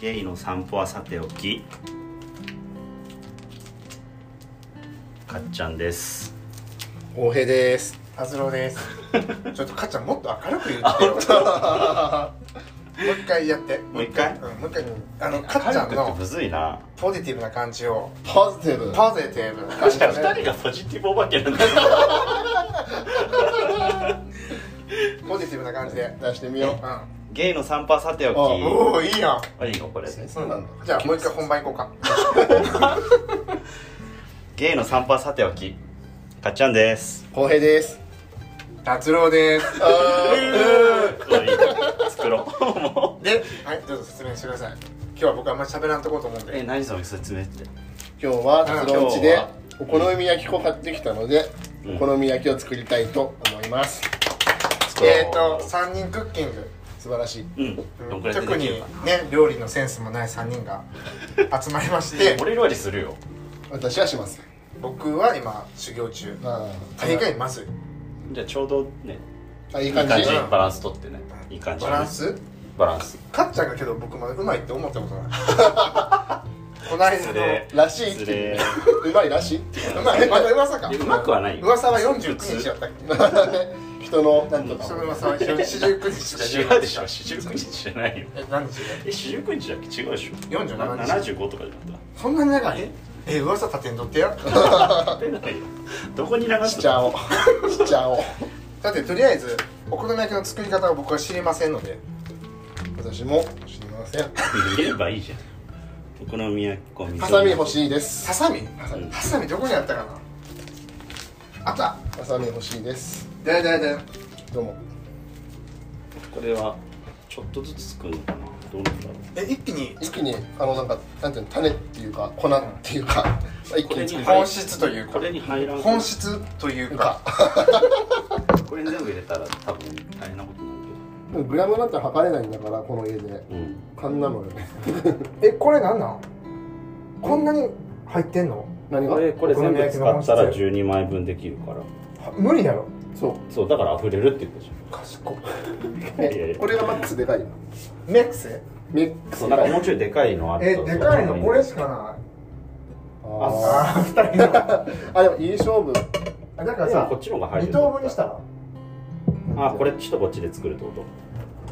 デイの散歩はさておきかっちゃんです大平ですタズロ ーです。ちょっとかっちゃんもっと明るく言あってよ。もう一回やって。もう一回うん、もう一回。あのかっち明るくゃんってのむずいなポジティブな感じを。ポジティブポジティブな感確じかをにね。 2人がポジティブお化けなんだポジティブな感じで。出してみようゲイの散歩はさておきあん。おおいいやん。あいいよこれでうそうなんだじゃあもう一回本番行こうか。ゲイの散歩はさておきかっちゃんです浩平です達郎 です。作ろうもうで、はい、どうぞ説明してください。今日は僕あんまり喋らんとこうと思うんえで。何その説明って今日は達郎んちで今お好み焼き粉買ってきたので、うんお好み焼きを作りたいと思います作ろうえっと三人クッキング。素晴らしいうんどんくらいでで特きにるかね料理のセンスもない3人が集まりまして 俺料理するよ私はします僕は今修行中あ大概まずいじゃあちょうどねあいいいい感感じじバランス取ってねいい感じバランスバランスかっちゃんがけど僕まだうまいって思った ことないこないだ失礼のらしいって失い礼う うまいらしい っていううまいまだ噂かいやうまくはないよ噂は49日やったっけ人のなんとそかの噂は49日違うでしょ四十九日じゃないよえ何日でえ四十九日だっけ違うでしょ47日七十五とかじゃなかっそんなに長いえ噂立てんとっ てやた出ないよどこに流ししちゃたおう しちゃおうだってとりあえずお好み焼きの作り方は僕は知りませんので私も知りません入れればいいじゃんお好み焼き粉味噌ハサミ欲いしいですハサミハサミハサミどこにあったかなあったハサミ欲しいですだいだいだいどうもこれはちょっとずつ作るのかなどうなんだろうえ一気に一気にあのなんかなんていうの種っていうか粉っていうか、一気に作るこれに本質というかこれに入らん本質というかこれに全部入れたら多分大変なことになるでもグラムなんて測れないんだからこの家でけどうん勘なのよねえこれなんなんこんなに入ってんの何がこれこれ全部使ったら12枚分できるからは無理やろそうそうだから溢れるって言ったじ賢ゃんいいやいやこれがマックスでかいよメックスミックスそうでなんかかいもうちょいでかいのあったえらでかいのそうこれしかないああー二人のーあでもいい勝負あだからでもさこっちの方が入る二等分にしたらあこれちょっとこっちで作るってこと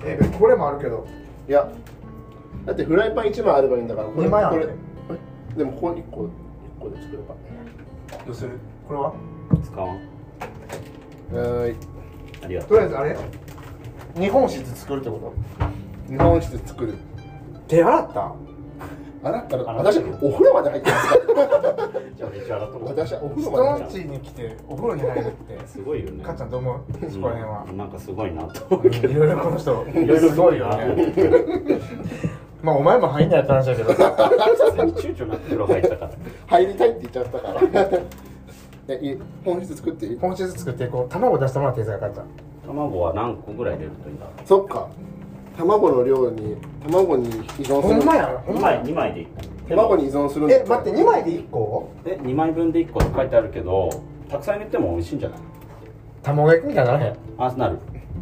えこれもあるけどいやだってフライパン1枚あればいいんだからこれ二枚あこるれねえでもここ1個1個で作ればどうするこれは使わんはーいありがととりあえずあれ日本室作るってこ日本酒で作ると手洗った洗ったら洗った私お風呂まで入ってますからうじゃあめっちゃ洗っとこう私はお風人呂まで入っんちに来てお風呂に入るってすごいよねかっちゃんどう思うそこら辺はうんなんかすごいなと思うけどいろいろこの人すごいよねまあお前も入んないって話だけどさすがに躊躇なく風呂入ったから入りたいって言っちゃったから でい本質作っていい今週ずつ作ってこう卵出してもらっていいですかかっちゃん卵は何個ぐらい入れるといいんだろそっか卵の量に卵に依存するほんまやうほん2まや枚2枚でいい卵に依存するんだえ待って2枚で1個え2枚分で1個って書いてあるけどたくさん入れても美味しいんじゃない卵焼きみたいにならへんあなる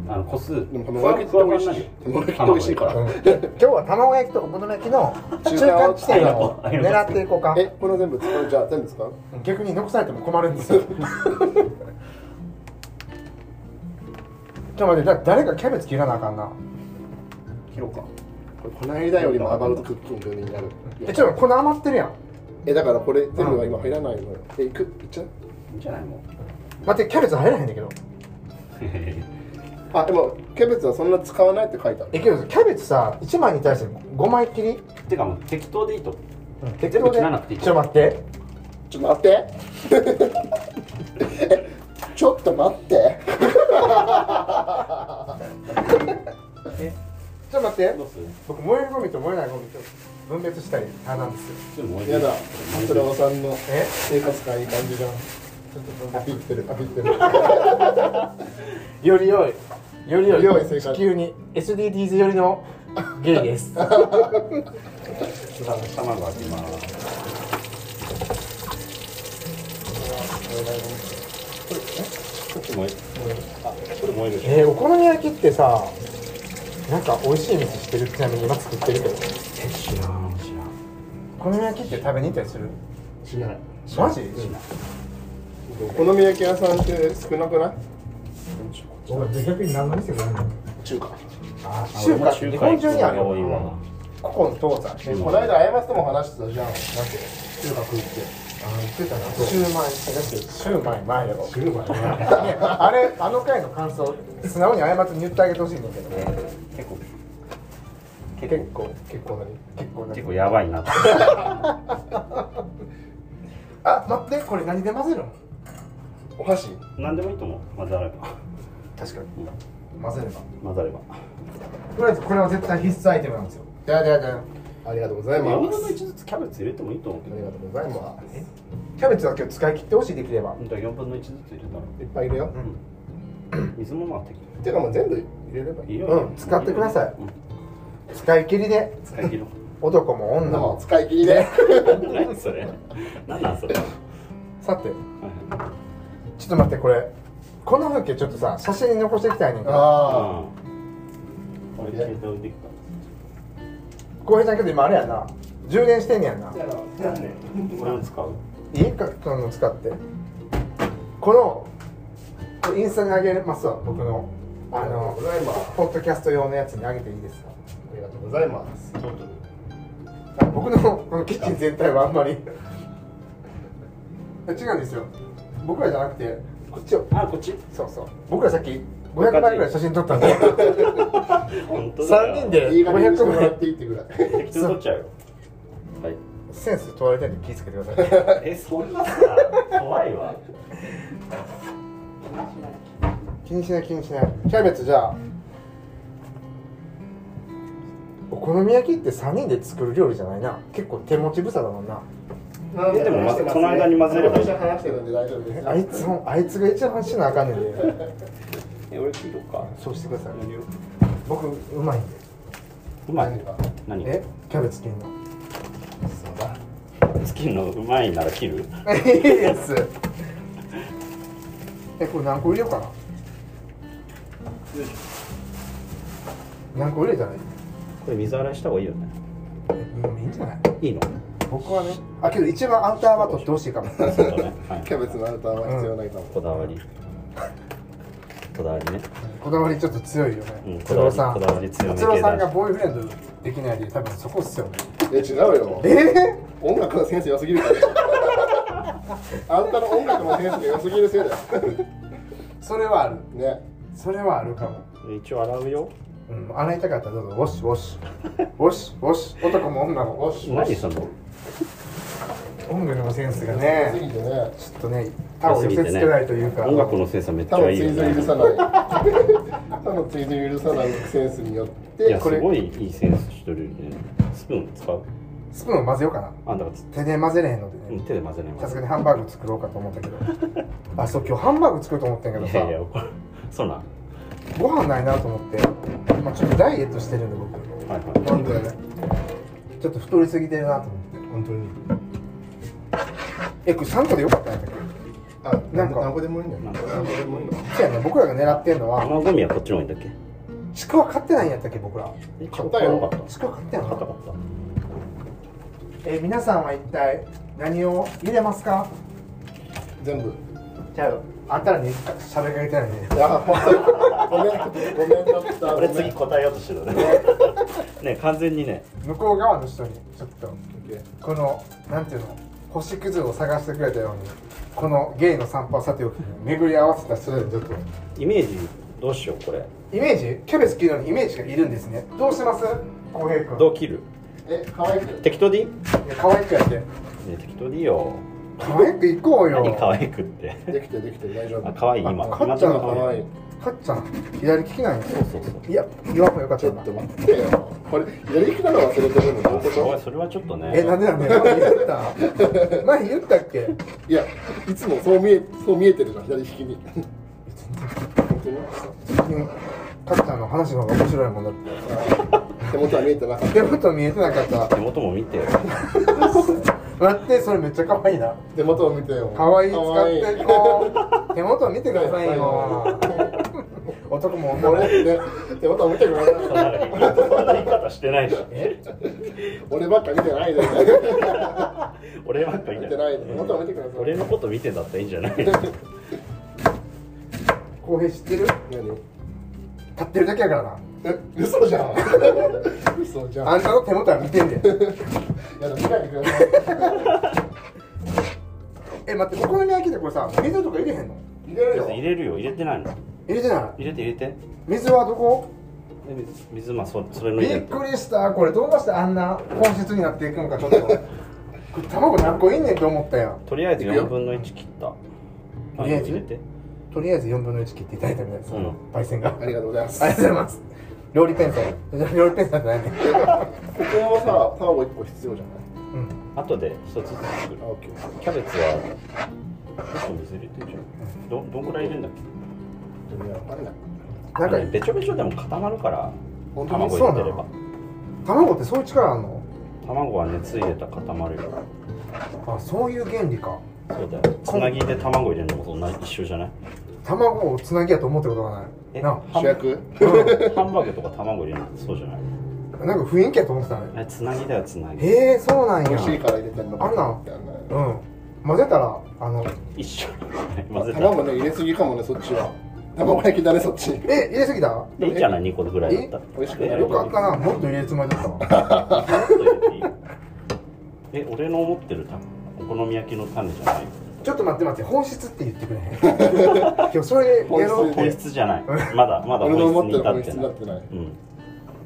あの個数でも卵焼きって美味しいふ卵わ焼ふわにきって美なる味しいからうん 今日は卵焼きとお好み焼きの中間地点を狙っていこうかえこの全部使うじゃあ全部使う逆に残されても困るんですよちょっと待ってだ誰かキャベツ切らなあかんな切ろうかこれこの間よりもアバウトクッキングになるえちょっとこの余ってるやんえだからこれ全部が今入らないのよえいくいっちゃういいんじゃないも待ってキャベツ入らへんだけどうあでもキャベツはそんな使わないって書いてあるえけどキャベツさ1枚に対して5枚切り てかもう適当でいいと思う適当切でらなくていいちょっと待ってちょっと待って えちょっと 待ってちょっと待ってどうする僕燃えるゴミと燃えないゴミと分別したい派なんですよでもやだ達郎さんのえ生活がいい感じがちょっと分アピ別ってるアピってるより良いより良いより良い生活地球に SDGs よりのゲイです 卵開けますこっち燃えあこれ燃えるでしょえー、お好み焼きってさなんか美味しい道してるちなみに今作ってるけどえ知らん好み焼きって食べに行ったりするしないマジ、お好み焼き屋さんって少なくない俺逆に何の店があるの中華あー中華中華日本中にある行くのが多いわここの東西ね、ここのの間間あやまつとも話してたじゃんなんて中華食いってあ言ってたなそうシューマイだってシューマイ前やろ中華ね ねあれあの回の感想素直に謝って言ってあげてほしいんだけど結構結構結構なに結構なに結構やばいなってあ待ってこれ何で混ぜるのお箸何でもいいと思う混ざれば確かに混ぜれば混ざればとりあえずこれは絶対必須アイテムなんですよだだだありがとうござい4ま分すの1ずつキャベツ入れてもいいと思うけありがとうございまキャベツは今日使い切ってほしいできればど4分の1ずつ入れたらすいっぱいいるよ水も回ってきてかもう全部入れればいていいいよ、うん使ってください使い切りで使い切ろ男もそん女なももん使い切りでう何それ何なんそれ、はいさてはいちょっと待ってこれこの風景ちょっとさ写真に残していきたいねんけどああうん俺携帯置いてきた浩平ちゃんけど今あれやな充電してんねやんなこれを使う家かったの使ってこのこれインスタにあげますわ僕のあありがとうのございますポッドキャスト用のやつにあげていいですかありがとうございますあ僕のこのキッチン全体はあんまり違うんですよ僕らじゃなくてこっちをあこっちそうそう僕らさっき500枚ぐらい写真撮ったんで本当だよ3人でいい加減にして500もらっ枚ていいってぐらい適当に取っちゃうよはいセンス問われてるんで気ぃつけてくださいえそんなさ怖いわ気にしない気にしないキャベツじゃあお好み焼きって3人で作る料理じゃないな結構手持ち無沙だもんなえでもまその間に混ぜればいい私は話してるんで大丈夫でえすあいつもあいつが一番しなあかんねんでえ俺聞いとくかそうしてください何を僕うまいんでうまい何が何えキャベツ切んのそうだつけんのうまいなら切るいいですえこれ何個入れようかな何個入れたらいいこれ水洗いした方がいいよねえうんいいんじゃないいいの僕はねあけど一番アウターは取ってほしいかもそうだね、はい、キャベツのアウターは必要ないかも、こだわりこだわりねこだわりちょっと強いよね、うん哲郎さんこだわり強め系だ哲郎さんがボーイフレンドできない理由多分そこっすよねえ違うよええ音楽のセンス良すぎるから あんたの音楽のセンスが良すぎるせいだよそれはあるねそれはあるかも一応洗うようん洗いたかったらどうぞウォッシュウォッシュウォッシュウォッシュ男も女もウォッシュウォッ何シそのュ音楽のセンスが良すねぎてねちょっとね他を寄せつけないというか、音楽の精査めっち他ゃのいい追よ随許ねさない 他の追随許さないセンスによっいてやこすれごいいいセンスしてるよねスプーン使うスプーンを混ぜようかなあだからつ手で混ぜれへんのでうんね手で混ぜないもんさすがにハンバーグ作ろうかと思ったけどあそう今日ハンバーグ作ると思ったんやけどいさやいやこれそうなんはご飯ないなと思って今ちょっとダイエットしてるんで僕いはいなんだよねちょっと太りすぎてるなと思って本当にえこれ3個でよかったんやったっあななんんかか何個でもいいんだよ何個でもいいのけそうやね僕らが狙ってんのは生ゴミはこっちの方がいいんだっちくわ買ってないんやったっけ僕らけ買った買よわなかっちくわ買ってんた買ったの買ったえ皆さんは一体何を入れますか全部じゃああんたらに喋りかけてないねいや本当にごめんごめんだった俺次答えようとしてたねね完全にね向こう側の人にちょっと次このなんていうの星屑を探してくれたようにこのゲイの散歩はさておき巡り合わせた人でちょっとイメージどうしようこれイメージキャベツ切るのにイメージがいるんですねどうします浩平君どう切るえ可愛く適当でいい、ね、いや可愛くやって適当でいいよ可愛く行こうよ何可愛くってできてできて大丈あ夫可愛い今あ今買っちゃうの今可愛いかっちゃん左利きなんやそうそうそういや言わん方がよかっちたょっなと待ってよこれ左利きなの忘れてるのどういうことそれはちょっとねえなんでなんで前言った前言ったっけいや、いつもそう見え、そう見えてるじゃん、左利きに。本当にかっちゃんの話の方が面白いもんだって手元は見えてなかっ手元見えてなかっ手た元も見てよ待ってそれめっちゃ可愛いなた。手元を見てよ。可愛い可愛使っていこう手元見てくださいよお男も女も俺ね、手元見てくれそんな言い方言い方してないしえ俺ばっか見てないで。俺ばっかり見だてないで。もっと見てください。俺のこと見てんだったらいいんじゃない浩平知ってる何立ってるだけやからなえ、嘘じゃん。嘘じゃん。あんたの手元は見てんねんいや、でも見ないでください。え待ってお好み焼きってこれさ水とか入れへんの入れるよ。入れるよ入れてないの入れてない入れて入れて水はどこで水水まあそそれのび入れってくりしたこれどうしてあんな本質になっていくのかちょっとこれ卵何個いんねんと思ったやんとりあえずいくよ4分の1切ったとりあえず入れてとりあえず4分の1切っていただいたみたいです、うん焙煎がありがとうございます。ありがとうございます料理ペンさん料理ペンさんじゃないねここはさ、卵一個必要じゃない。うん後で一つずつ作るあ、オッケー。キャベツは結構水入れてるじゃんどどんぐらい入れるんだっけいや、わかんない。なんかあのねべちょべちょでも固まるから本当に卵入れてれそうなばの卵ってそういう力あんの卵は熱入れたら固まるよあそういう原理かそうだよつなぎで卵入れるのもそんな一緒じゃ ない卵をつなぎやと思ったことがないえなハン主役ハンバーグとか卵入れるのってそうじゃないなんか雰囲気やと思ってたねあれつなぎだよつなぎへえそうなん美や味しいから入れてんのかあるなみたいうん混ぜたらあの一緒混ぜた卵ね、入れすぎかもね、そっちは。卵焼きだね、そっち。え入れすぎたいいじゃない2個ぐらいだったらえ美味しくないえよかったなもっと入れるつもりだったわえ俺の思ってるたお好み焼きの種じゃないちょっと待って待って本質って言ってくれ へん今日それでやろ本う質本質じゃないまだまだ俺の思本っ質てに至る本っ質てになないってない。うん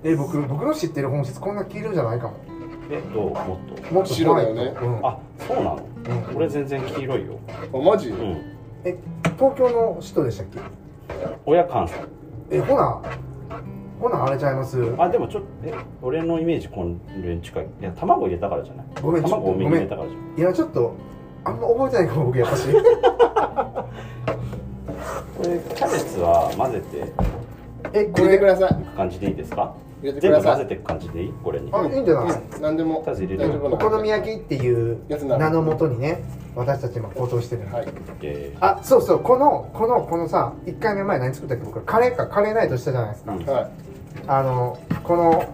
え僕僕の知ってる本質こんな黄色じゃないかもえどうもっもっと白だよホワイねトうんとあそうなのう俺全然黄色いよあ、マジうんえ東京の首都でしたっけ親関西えほなほなあれちゃいますあでもちょっとえ俺のイメージこれに近いいや卵入れたからじゃないごめんちょっと卵多めにごめん入れたからじゃんいやちょっとあんま覚えてないかも僕やっぱ しこれキャベツは混ぜてえこ入れてくれださい。いく感じでいいですか入れてく全だ部さい混ぜていく感じでいいこれにあいいんじゃないうん何でも。とりあえず入れ大る丈夫なおの好み焼きっていうやつなら名のもとにね私たち今高騰してるの、はい。えーあそうそうこのこのこのさ1回目前何作ったっけ僕カレーかカレーナイトしたじゃないですか、うんは。あのこの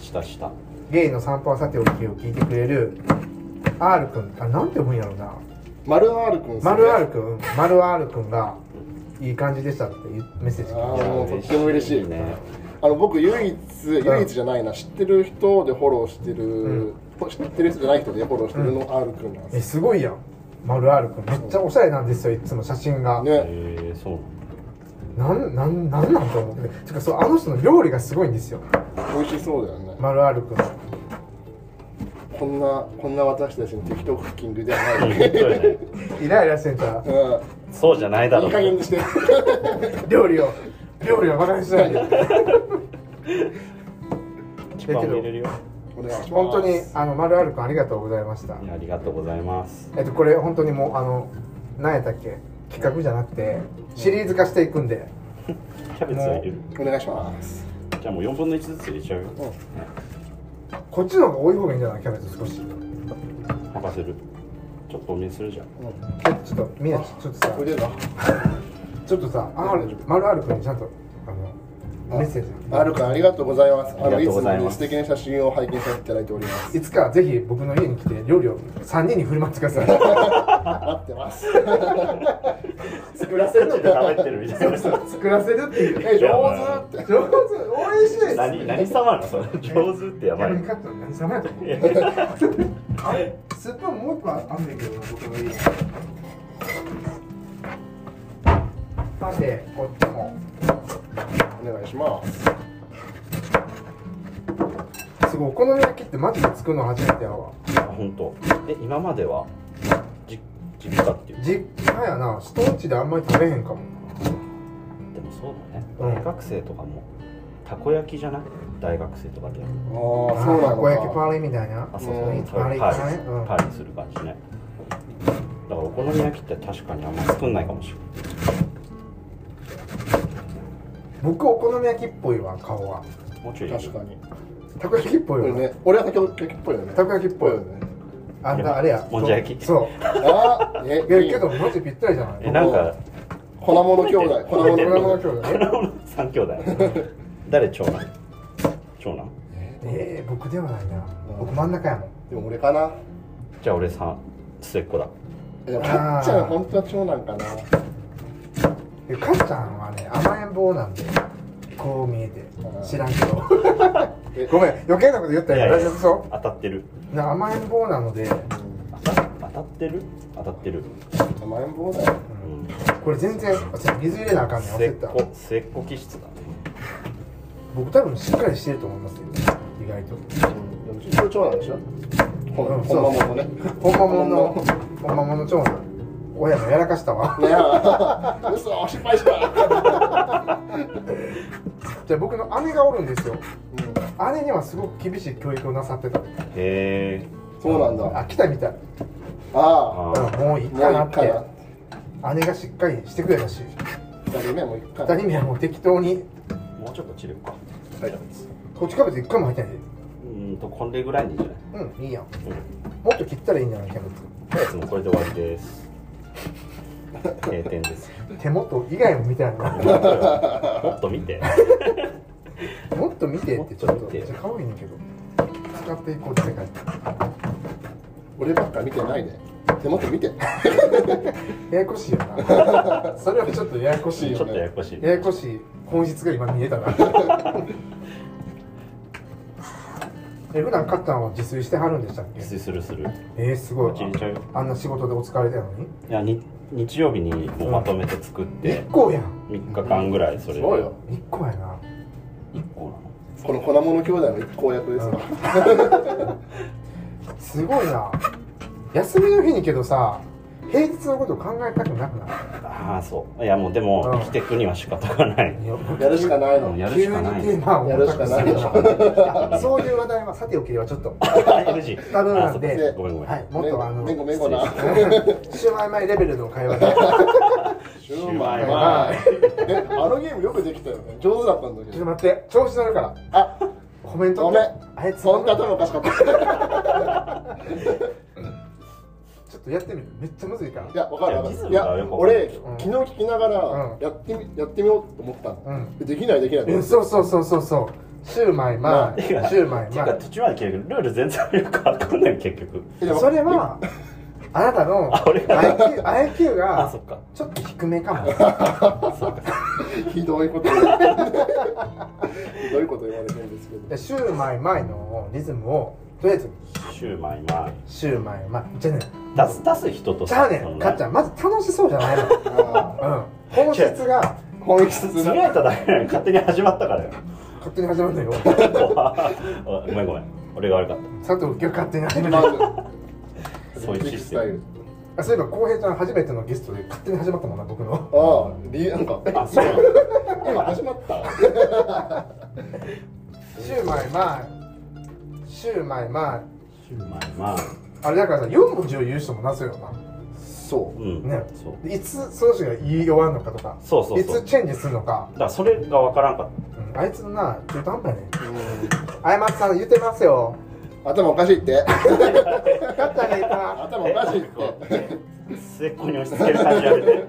下下ゲイの散歩はさておきを聞いてくれる R 君あなんて読むんやろうない丸 R くんですね丸 R 君丸 R 君がいい感じでしたっていうメッセージあ来ーもうとっても嬉しいねあの僕唯一唯一じゃないな知ってる人でフォローしてる、知ってる人じゃない人でフォローしてるの R くんなんてえですごいやん丸 R 君めっちゃおしゃれなんですよいつも写真がすねえー、そうなのなんなんなんなんと思っててかそうあの人の料理がすごいんですよ美味しそうだよね丸 R 君こんなこんな私たちの適当クッキングではない、本当やねイライラしてんじゃんうそうじゃないだん、いろい加減にして 料理を料理をバカにしないでチパンも入れるよお願いします本当にあの丸あるくんありがとうございましたいやありがとうございますえっとこれ本当にもうあの何やったっけ企画じゃなくてシリーズ化していくんでキャベツは入れるお願いしますじゃあもう4分の1ずつ入れちゃうよこっちの方が多い方がいいんじゃないキャベツ少し任せるちょっと多めにするじゃんえちょっとみんなちょっとさ腕がちょっとさある丸あるくんにちゃんとあのメッセージ R くんありがとうございますあありのがいとうつございもまねす素敵な写真を拝見させていただいておりますいつかぜひ僕の家に来て料理を3人に振る舞ってください 待ってます作らせるちょっと食べてるみたいな作らせるっていうえ上手上って手応援しないです何何様なのそれ上手ってやばい逆にカット何様やと思うあれスプーンもう一個あんねんけどな僕の家にさてこっちもお願いしますすごいお好み焼きってマジで作るの初めてやわあ本当え今まではじ実家っていう実家やな人んちであんまり食べへんかもでもそうだねうん大学生とかもたこ焼きじゃない大学生とかであああーーそうなたのこ焼きかパーリーみたいなあそううそんうパリパパリねうんリパリする感じねだからお好み焼きって確かにあんま作んないかもしれない僕お好み焼きっぽいわ顔はもうちょい入れる確かにたこ焼きっぽこいれわね俺はたこ焼きっぽいよねたこ焼きっぽいよねあんたあれやもんじゃ焼きそうああ、えいやけどマジぴったりじゃないえなんか粉物兄弟粉物俺兄も弟今日だね 三兄弟誰長男長男えー、僕ではないな僕真ん中やもんでも俺かなじゃあ俺三末っ子だえでもかっちゃん本当は長男かなでかっちゃんはね甘えん坊なんでこう見えて知らんけどえごめん余計なこと言ったよ大丈夫そ当たってるうな甘えん坊なので当た当たってる当たってる、甘えん坊だようん、これ全然私水入れなあかんねん忘末れってた子末っ子気質だね僕多分しっかりしてると思いますよ意外とうんでも一応長男でしょほうんんほんまもんのね本間もんの本間もんの長男親もやらかしたわね え嘘失敗した じゃあ僕の姉がおるんですよ姉にはすごく厳しい教育をなさってたへえそうなんだあ来たみたいああうんあもういいあもういかなっいかなて姉がしっかりしてくれたし二人目もういいかな二人目はもう適当にもうちょっと治療かはい土地かぶって一回も入ってないうーんとこれぐらいでいいんじゃないでうんいいやんうんもっと切ったらいいんじゃないキャベツとりあえずもうこれで終わりです閉店です手元以外も見てないな もっと見てもっと見てってちょっもっと見とてじゃあ可愛いねんけど使っていこうって世界俺ばっか見てないで手元見てややこしいよ なそれはちょっとややこしいちょっよとややこしいややこしい本質が今見えたな え普段カッターは自炊してはるんでしたっけ自炊するするえー、すごい一日中あんな仕事でお疲れだのにいやに日曜日にもうまとめて作って1個やん3日間ぐらいそれでそうよ1個やな1個なのこの粉物兄弟の一行役ですわ すごいな休みの日にけどさ平日のことを考えたくなくなああそういやもうでうもん生きてくには仕方がないるやるしかないのうんややるし急にかないテーマをるしかないでしょあそういう話題はさておきではちょっと NG ダメなあんそでうごめんごめん、はいもっとあのめんごめんごなシュウマイ前レベルの会話でシュュウウママイイはえあのゲームよくできたよね上手だったんだちょけっとど待って調子乗るからあコメントごめんあいつそんな頭おかしかったいちょっとやってみるめっちゃむずいからやわかるわかいやリズるムいがやよくわかんない俺昨日聞きながうらんやってみやってみようと思ったうのんできないできないうんそうそうそうそうそうシュウマイまあ前シュウマイてか前途中まで聞いたけどルール全然よくわかんない結局えでもそれはあなたの IQ, IQ あがそっかちょっと低めかも ひどいこと言われてひどいこと言われてるんですけどでシュウマイ前のリズムをとりあえずシューマイまシュウマイ前じゃあねあ出す出す人とじゃあそのねかっちゃんまず楽しそうじゃないのあうん本質がー本質つがぶやいただけなのに勝手に始まった からよ勝手に始まるのよごめんごめん俺が悪かっ佐藤今日勝手に始めまるたそういうシステムあそういえば浩平ちゃん初めてのゲストで勝手に始まったもんな僕のああ理なんかあそう今始まったシュウマイ前シュウマイ前シューマイまああれだからさ4文字を言う人もなすよそうん、ねそうなでいつその人が言い終わるのかとかそうそうそういつチェンジするのか、だからそれがわからんかっうんあいつのな中途半端やねううんあやまつさん言ってますよ頭おかしいってよかったね今頭おかしいってた末っ子に押し付ける感じやめて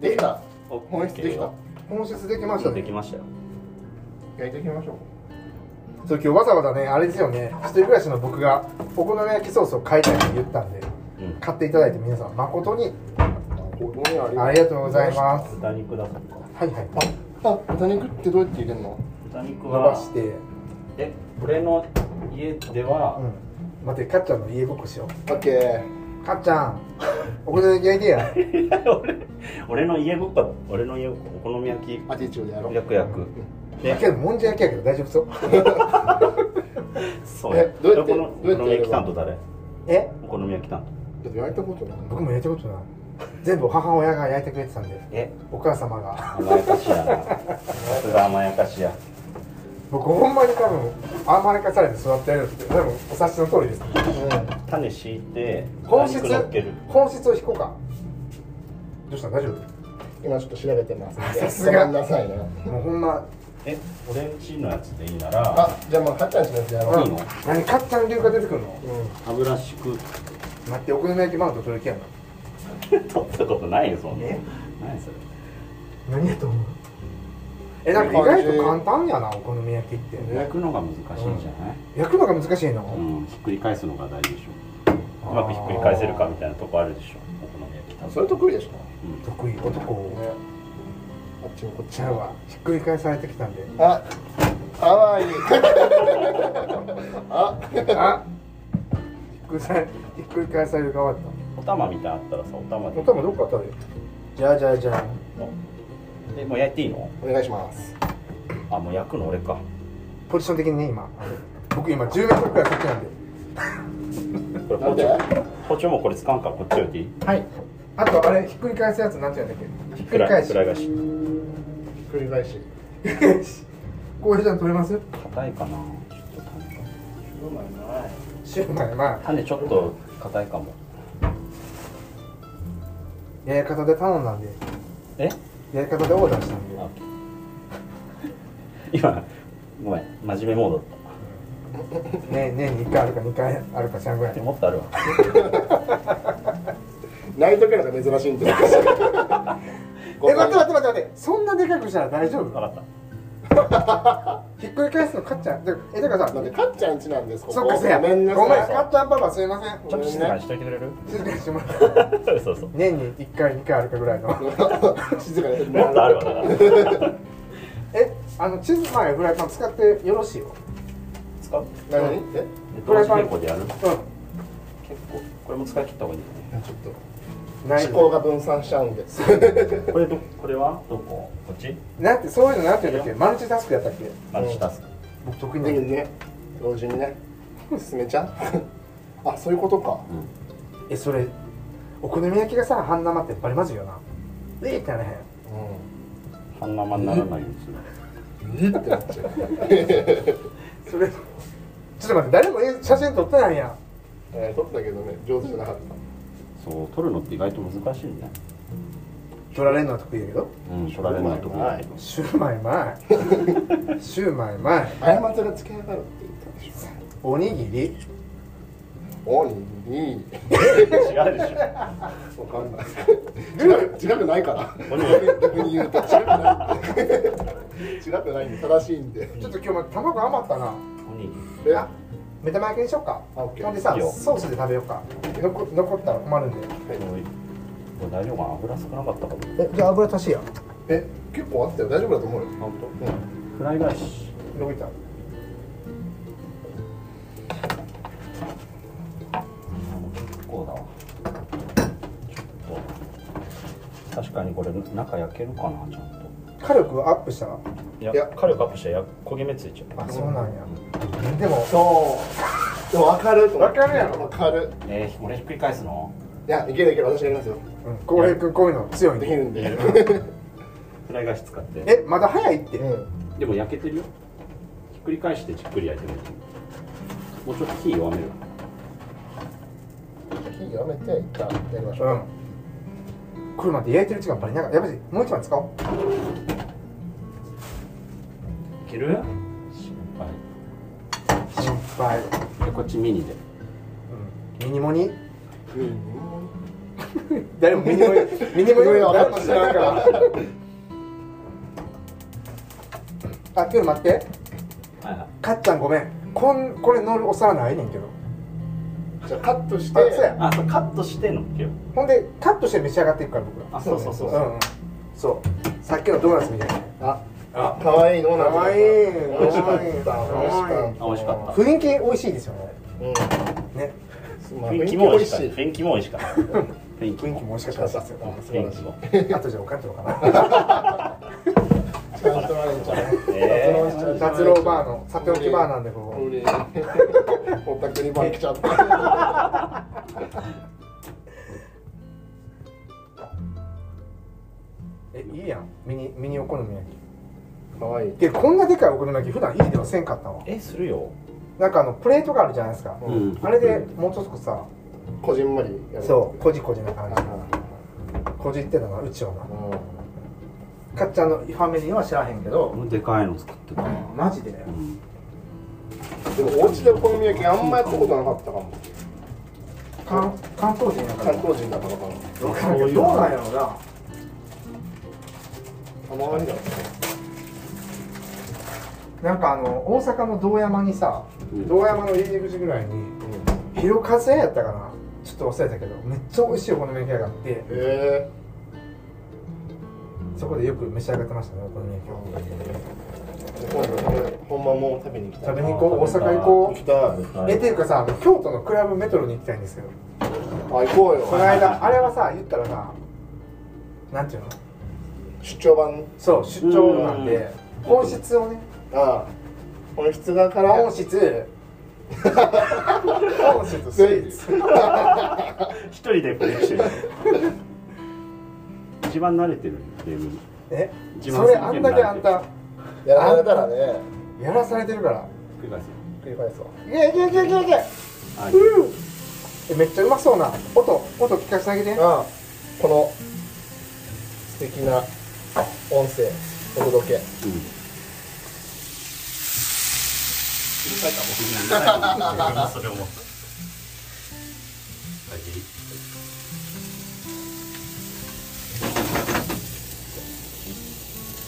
できた本質できた本質できましたでねきましたよ焼いていきましょうそう今日わざわざねあれですよね一人暮らしの僕がお好み焼きソースを買いたいって言ったんでうん買っていただいて皆さん誠にここにありあまりがとうございます豚肉だとかはいはいあ豚肉ってどうやって入れるの豚肉伸ばはして、うん、え俺の家では、待ってかっちゃんの家ごっこしよオッケーうかっちゃんお好み焼き焼いてや俺俺の家ごっこ俺の家ごっこお好み焼きアティチュードやろう焼く焼くだけどもんじゃ焼きやけど大丈夫そうそうやえどうやってこのどうやっおて好み焼き担当誰えお好み焼き担だって焼いたことない僕も焼いたことない全部母親が焼いてくれてたんで当えお母様が甘やかしやなさすが甘やかしや僕ほんまに多分甘やかされて育ってやるって多分お察しの通りです種敷いて本質豚肉乗っける本質を引こうかどうした大丈夫今ちょっと調べてますさすがごめんなさいねもうほんまえ俺んちのやつでいいならあじゃあもうかっちゃんちのやつやろいういの何かっちゃん流が出てくるのうん歯ブラシく待ってお好み焼きマウント取る気やな撮ったことないよそんなえ何それ何やと思うえなんか意外と簡単やなお好み焼きってね焼くのが難しいんじゃない、焼くのが難しいうのんひっくり返すのが大事でしょうまくひっくり返せるかみたいなとこあるでしょお好み焼き多分それ得意でしょ、得意男ね、あっちもこっちちゃうもわひっくり返されてきたんでああわいああひっくりさひっくり返される側だったお玉みたいなのあったらさお玉でお玉どっかあったでじゃあじゃあじゃあえもう焼いていいのお願いしますあもう焼くの俺かポジション的にね今僕今10メートルくらいこっちなんこでれな包んで丁包丁もこれ使うんからこっち置いていいはいあとあれひっくり返すやつなんていうんだっけひっくり返しひっくり返し繰り返し こういうじゃん取れます硬いかなちょっと種シューマイまあ種ちょっと硬いかもやり方で頼んだんでえやり方でオーダーしたんであ今ごめん真面目モードだっね年に1回あるか2回あるか知らんぐらたいもっとあるわナイトクラブが珍しいんでえ待ってえ待って待って待って待ってそんなでかくしたら大丈分夫かった ひっくり返すのかっちゃんでえだからさなんでかっちゃん家なんですここそっかせやごめんなさいごめんかっちゃんパパすいませんちょっと静かにしといてくれる静かにしてもらって そうそうそう年に1回2回あるかぐらいの静かにもっとあるわだからえあのチーズ前フライパン使ってよろしいよ使う何え同時並行でやるう結構これも使い切った方がいいんだちょっんないと思考が分散しちゃうんでよねこれどこれはどここっちなんてそういうのなんていうんだっけマルチタスクやったっけマルチタスク僕得意でなのね同時にね進めちゃ うあそういうことかえそれお好み焼きがさ半生ってバレまずいよなえーってなれへん半生にならないようにするうんえってなっちゃうそれちょっと待って誰もえ写真撮ってないやんえー撮ったけどね上手じゃな かっそう取るのって意外と難しいね撮られるのは得意やけどうん取られるのは得意だけどシューマイ 前シューマイ前た過ちがつけ上がるって言ったでしょおにぎりおにぎり違うでしょ わかんない違う違くないからおにぎり逆に言うと違くない違くない んで正しいんでちょっと今日また卵余ったなおにぎりえあ目玉焼きにしようかあオッケーほんでさいいよソースで食べようか残残ったら困るんでこれ大丈夫かな油少なかったかもえじゃあ油足しやえ結構あったよ大丈夫だと思うよ本うん当フライ返し伸びた結構だわちょっと確かにこれ中焼けるかなちゃんと火力アップしたらいやいや火力アップしてや焦げ目ついちゃうあそうなんやでもそうでも分かると思うわかるやろ分かるえー、俺ひっくり返すのいやいけるいける私やりますようん浩平君こういうの強いできるねん でフライ返し使ってえまだ早いって、うんでも焼けてるよひっくり返してじっくり焼いてるもうちょっと火弱める火やめて一回やりましょううんこれ待って焼いてる時間バリながらやばいもう一枚使おういける心配心配、でこっちミニでうん、ミニモニうん誰もミ ニモニミニモニ誰も知らんからあ今日待ってはいはいかっちゃんごめんこんこれ乗るお皿ないねんけどじゃあカットしあそうてやあそうカットしてのっけよほんでカットして召し上がっていくから僕らあそうそうそううんそううんそうさっきのドーナツみたいなあかわいいのかわいい美味しかった美味しかわいいあ美味しかった雰囲気美味しいですよねかったねうんまあ雰囲気も美味しかっいた雰囲気も美味しかった雰囲気雰囲気もも美味しかったですよあ素晴雰ら囲し気いもあとじゃあおかんとかなちゃんとラインちゃんえー達郎バーのさておきバーなんでここ俺お宅にバイ来ちゃったえいいやんミニミニお好み焼きかわいいでこんなでかいお好み焼き普段家ではせんかったわえするよなんかあのプレートがあるじゃないですか、うんあれでもうちょっとさこじんまりやるそうこじこじな感じうこじってたのはうちはなんかっちゃんのファミリーは知らへんけどでかいの作ってたマジでうんでもお家でお好み焼きあんまやったことなかったかも関関東人だから関東人だからかなわからんけどどうなんやろうなたまにだよねなんかあの大阪の道山にさ、うん道山の入り口ぐらいに広和屋やったかなちょっと忘れたけどめっちゃ美味しいお好み焼き屋があってへそこでよく召し上がってましたねお好み焼きをえ今度これ本間も食べに行きたい食べに行こうあー大阪行こ行きたいえっていうかさあの京都のクラブメトロに行きたいんですけどあ行ここうよの間あれはさ言ったらさなんていうの出張版そう出張なんで本質をねああ本質側から本質本質スイーツ一人でプレイしてる一番慣れてるゲームにえ自慢それあんだけあんたやられたらねやらされてるから繰り返すよ繰り返そういけいけいけいけいけあえめっちゃうまそうな音音聞かせてあげてああこの素敵な音声お届けそれも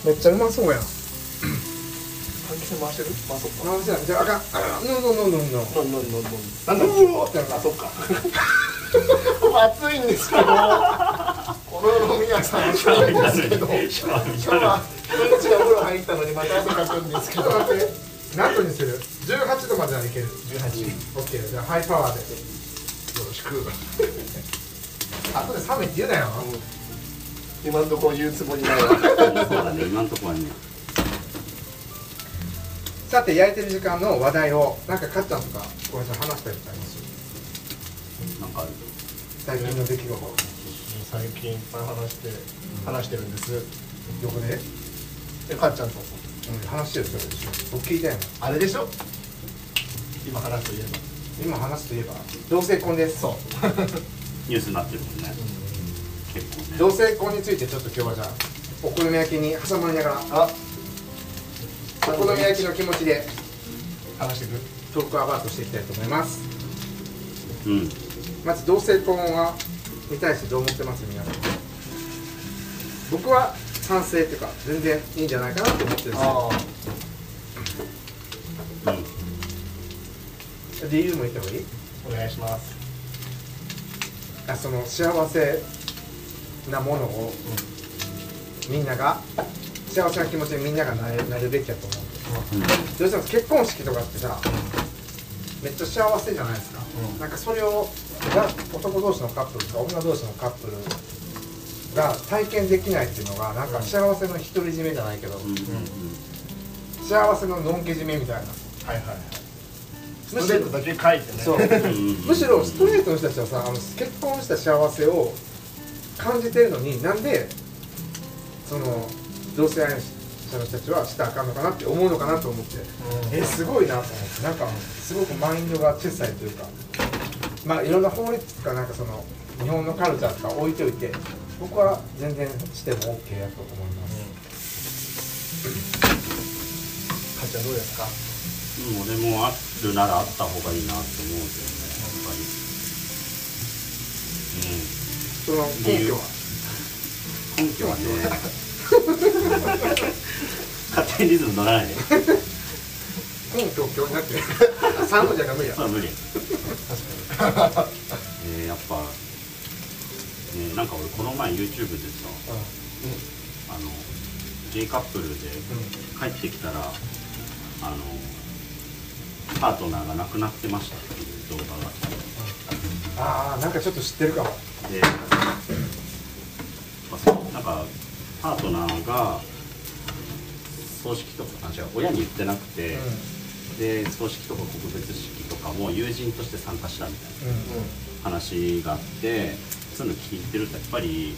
めっちゃうまそうやん換気扇回してるあそっかなんじゃじゃああかんあノンノンノンノンなんなんなんなんなんだうおってなあそっか暑いんですけどこの飲み屋さんシャワー浴びですけどシャワー毎日お風呂入ったのにまた汗かくんですけど待って何度にする18度まではいける18オッケーじゃあハイパワーでよろしく 後で冷めって言うなよ今んとこ言うつもりないわそうだね今のところはねさて焼いてる時間の話題をなんかかっちゃんとかごめんなさい話したりとかありますなんかある最近の出来事最近いっぱい話して話してるんです横で、でかっちゃんとうん、話してるそれでしょ僕聞いたよあれでしょ今話すといえば今話すといえば同性婚ですそニュースになってるもんね結構ねう同性婚についてちょっと今日はじゃあお好み焼きに挟まりながらあお好み焼きの気持ちで話してくトークアバウトしていきたいと思いますうんまず同性婚はに対してどう思ってます皆さん僕は賛成っていうか全然いいんじゃないかなと思ってるんですよあ理由も言った方がいいお願いしますあその幸せなものを、みんなが幸せな気持ちにみんながなれなるべきやと思うんです、どうしても結婚式とかってさめっちゃ幸せじゃないですか、なんかそれをが男同士のカップルとか女同士のカップルが体験できないっていうのがなんか幸せの独り占めじゃないけうど、ん幸せののんけ締めみたいなはいはいはいむスしトレろートだけ書いてねそうむしろストレートの人たちはさあの結婚した幸せを感じてるのになんでその同性愛者の人たちはしたらあかんのかなって思うのかなと思って、えすごいなと思ってなんかすごくマインドが小さいというかまあいろんな法律とかなんかその日本のカルチャーとか置いておいて僕は全然しても OK やと思います、かっちゃんどうですかうん俺もあるならあった方がいいなって思うけどねやっぱりうんその根拠は根拠はね勝手にリズム乗らないで根拠今日な ってる3個じゃダメやそれは無理えーやっぱ、ね、なんか俺この前 YouTube でさ、あの J カップルで帰ってきたら、あのパートナーが亡くなってましたっていう動画があってああなんかちょっと知ってるかもで、まあ、そうなんかパートナーが葬式とかあ違う親に言ってなくて、で葬式とか告別式とかも友人として参加したみたいな話があってそういうの聞いてるとやっぱり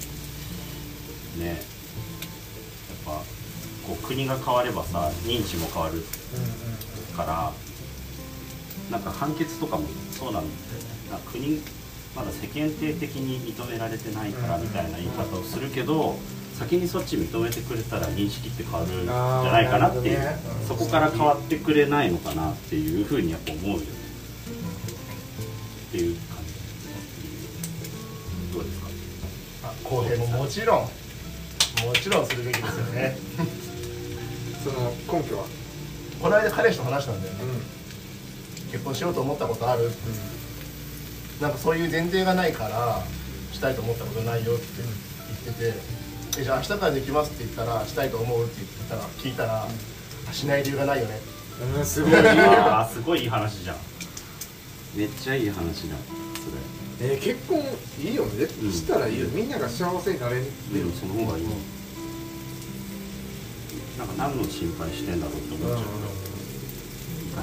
ねやっぱこう国が変わればさ認知も変わるからなんか判決とかもそうなんだよねなんか国まだ世間体的に認められてないからみたいな言い方をするけど先にそっち認めてくれたら認識って変わるんじゃないかなっていう、あーなるほどねうんそこから変わってくれないのかなっていうふうにやっぱ思うよねっていう感じどうです かあ公平ももちろんもちろんするべきですよねその根拠は、この間彼氏と話したんだよねう結婚しようと思ったことあるって、なんかそういう前提がないからしたいと思ったことないよって言ってて、えじゃあ明日からできますって言ったらしたいと思うって言ったら聞いたら、あしない理由がないよねん、うん、すごいあーすごいいい話じゃんめっちゃいい話だそえー結婚いいよね、うんしたらいいよみんなが幸せになれるれでもその方がいいなんか何の心配してんだろうって思っちゃうけど、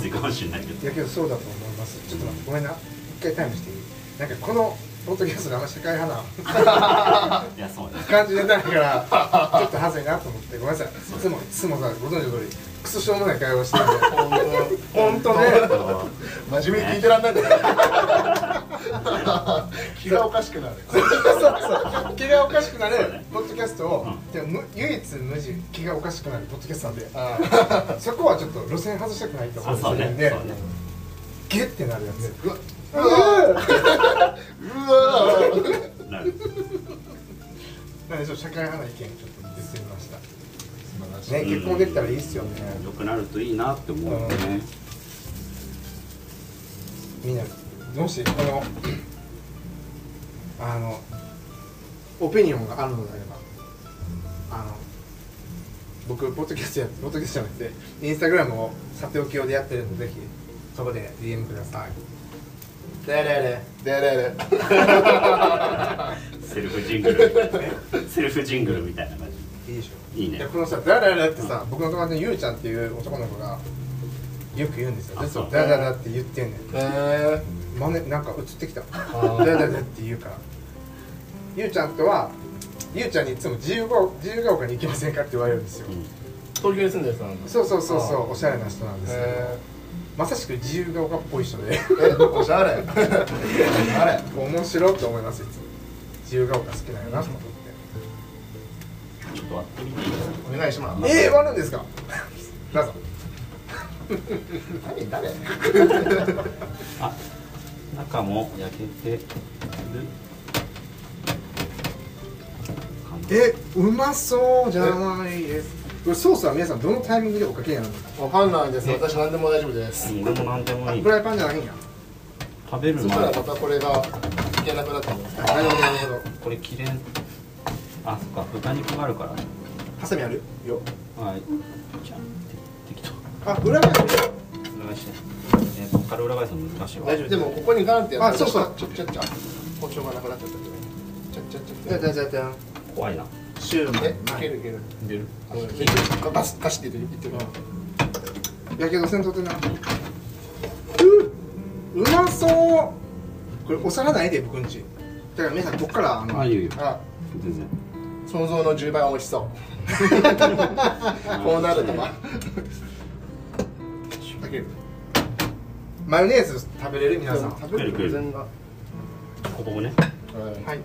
きついかもしれないけいどやけどそうだと思いますちょっと待ってごめんな一回タイムしていいなんかこのポッドキャストのあの社会派いやそうねな感じでないからちょっと恥ずいなと思ってごめんなさいいつもいつもさご存知の通りクソしょうもない会話してるんで本当ねだから真面目に聞いてらんないんだよ 気がおかしくなるそうそう気がおかしくなるそうねポッドキャストを、うんでもむ唯一無二気がおかしくなるポッドキャストなんであ そこはちょっと路線外したくないと思そううんそうでねすよそうねねゲッてなるやつうわうわうわなるなんでちょっと社会派な意見ちょっと出てみました素晴らしいね結婚できたらいいっすよね良くなるといいなって思うよねみんなもしこのあのオピニオンがあるのであればあの僕ポッドキャストやポッドキャストじゃなくてインスタグラムをさておき用でやってるんでぜひそこで DM くださいでれれでれれセルフ ジングルセルフジングルみたいな感じいいでしょいいいねやこのさ「ダラダラ」ってさ僕の友達のゆうちゃんっていう男の子がよく言うんですよあずっそとう「ダラダラ」って言ってんねんへえ真似なんか映ってきたーダラダラって言うからゆうちゃんとはゆうちゃんにいつも自由が丘自由が丘に行きませんかって言われるんですようん東京に住んでる人なんだそうそうそうそあうおしゃれな人なんですけどへまさしく自由が丘っぽい人 でええおしゃれあれ面白いと思いますいつも自由が丘好きなんやなと思ってちょっと割ってみていいですかお願いしますえー、終わるんですか どうぞ何誰あ中も焼けてるえうまそうじゃないですこれソースは皆さんどのタイミングでおかけになるんですかわかんないです。ね私何でも大丈夫です。俺も何でもいいフライパンじゃないんや食べるそしたら前またこれがいけなくなったんです。なるほどなるほどこれ切れんあそっか豚肉があるからねハサミあるよはいじゃあ適当あ裏返し裏返してえーこっから裏返すの難しいわ大丈夫。でもここにガンってやあそうそうちょっちゃっちゃ。包丁がなくなっちゃったけどね。ちゃっちゃっちじゃゃっじゃじゃじゃん怖いなシューマえ、いけイるいける。 入れるあのちょっと出す出して言ってみよやけどせんとってなううまそうこれお皿ないで僕んちだから皆さんこっからあのあいいよいいよう。あ、全然想像の10倍美味しそう。こうなるとは。かける。マヨネーズ食べれる皆さんは食べるくるくる全然が。ここもねはいい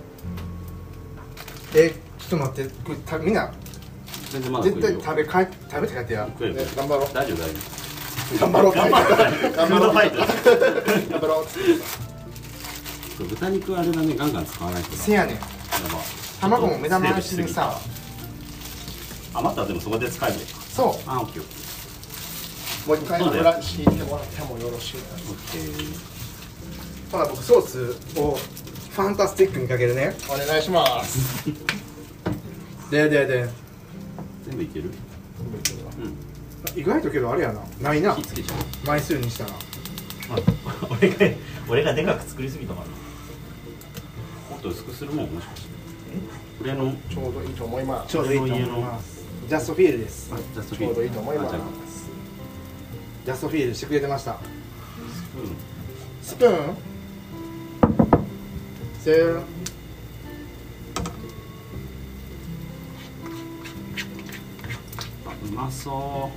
えちょっと待ってこれたみんな全然まだ絶食え対るよ食べかえ食べて帰ってや食えるね頑張ろう。大丈夫大丈頑張ろう。 頑張ろう。夫フードファイト頑張ろう。これ豚肉はあれだねガンガン使わないとせややねんば卵も目玉焼きにさ余ったらでもそこで使えばいいかそあオッケーオッもう一回裏敷いてもらってもよろしいですかケーうただ僕ソースをファンタスティックにかけるねお願いします。ででで全部いけるうん意外とけどあれやなないな火つけちゃ枚数にしたらう、俺が俺がでかく作りすぎたからもっと薄くするもんもしかして俺のちょうどいいと思います。ちょうどいいと思いますジャストフィールですあジャストちょうどいいと思いますあじゃあジャストフィールしてくれてましたスプーンスプーンせーあうまそ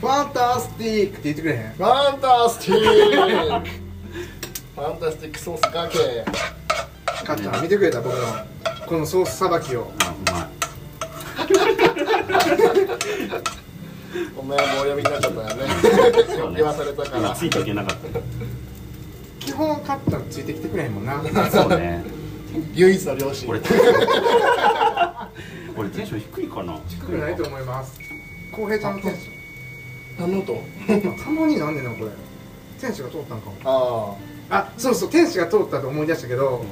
ファンタスティックって言ってくれへんファンタスティック。ファンタスティックソースかけ。かっちゃん見てくれた僕のこのソースさばきをうあうまいごめん、もうお呼びになっちゃったよね。そうね言わされたからつ。いていけなかった基本カッちゃんついてきてくれへんもんなそうね唯一の両親俺俺テンション低いかな低低くないと思います浩平ちゃんのテンシ何の音ョンたまになんでなこれ天使が通ったんかもああそうそう天使が通ったと思い出したけど、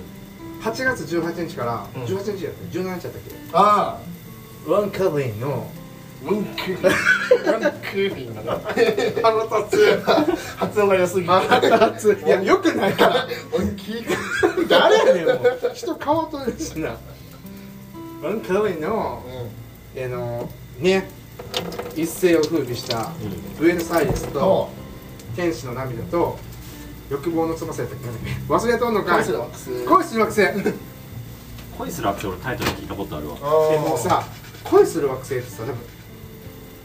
8月18日から、うん18日だった17日だったっあああけワンカブインのウンクーフィンウンクーフィンだな腹立つ発音が良すぎて腹立ついやよくないからウンキー誰やねんもう人変わっとるしなワンカブインのあのね一世を風靡したブエノスアイレスとと天使の涙と欲望の翼やったっけなんだっけ忘れとんのかカいスラックス恋する惑星恋する惑星俺タイトル聞いたことあるわであもさ恋する惑星ってさ多分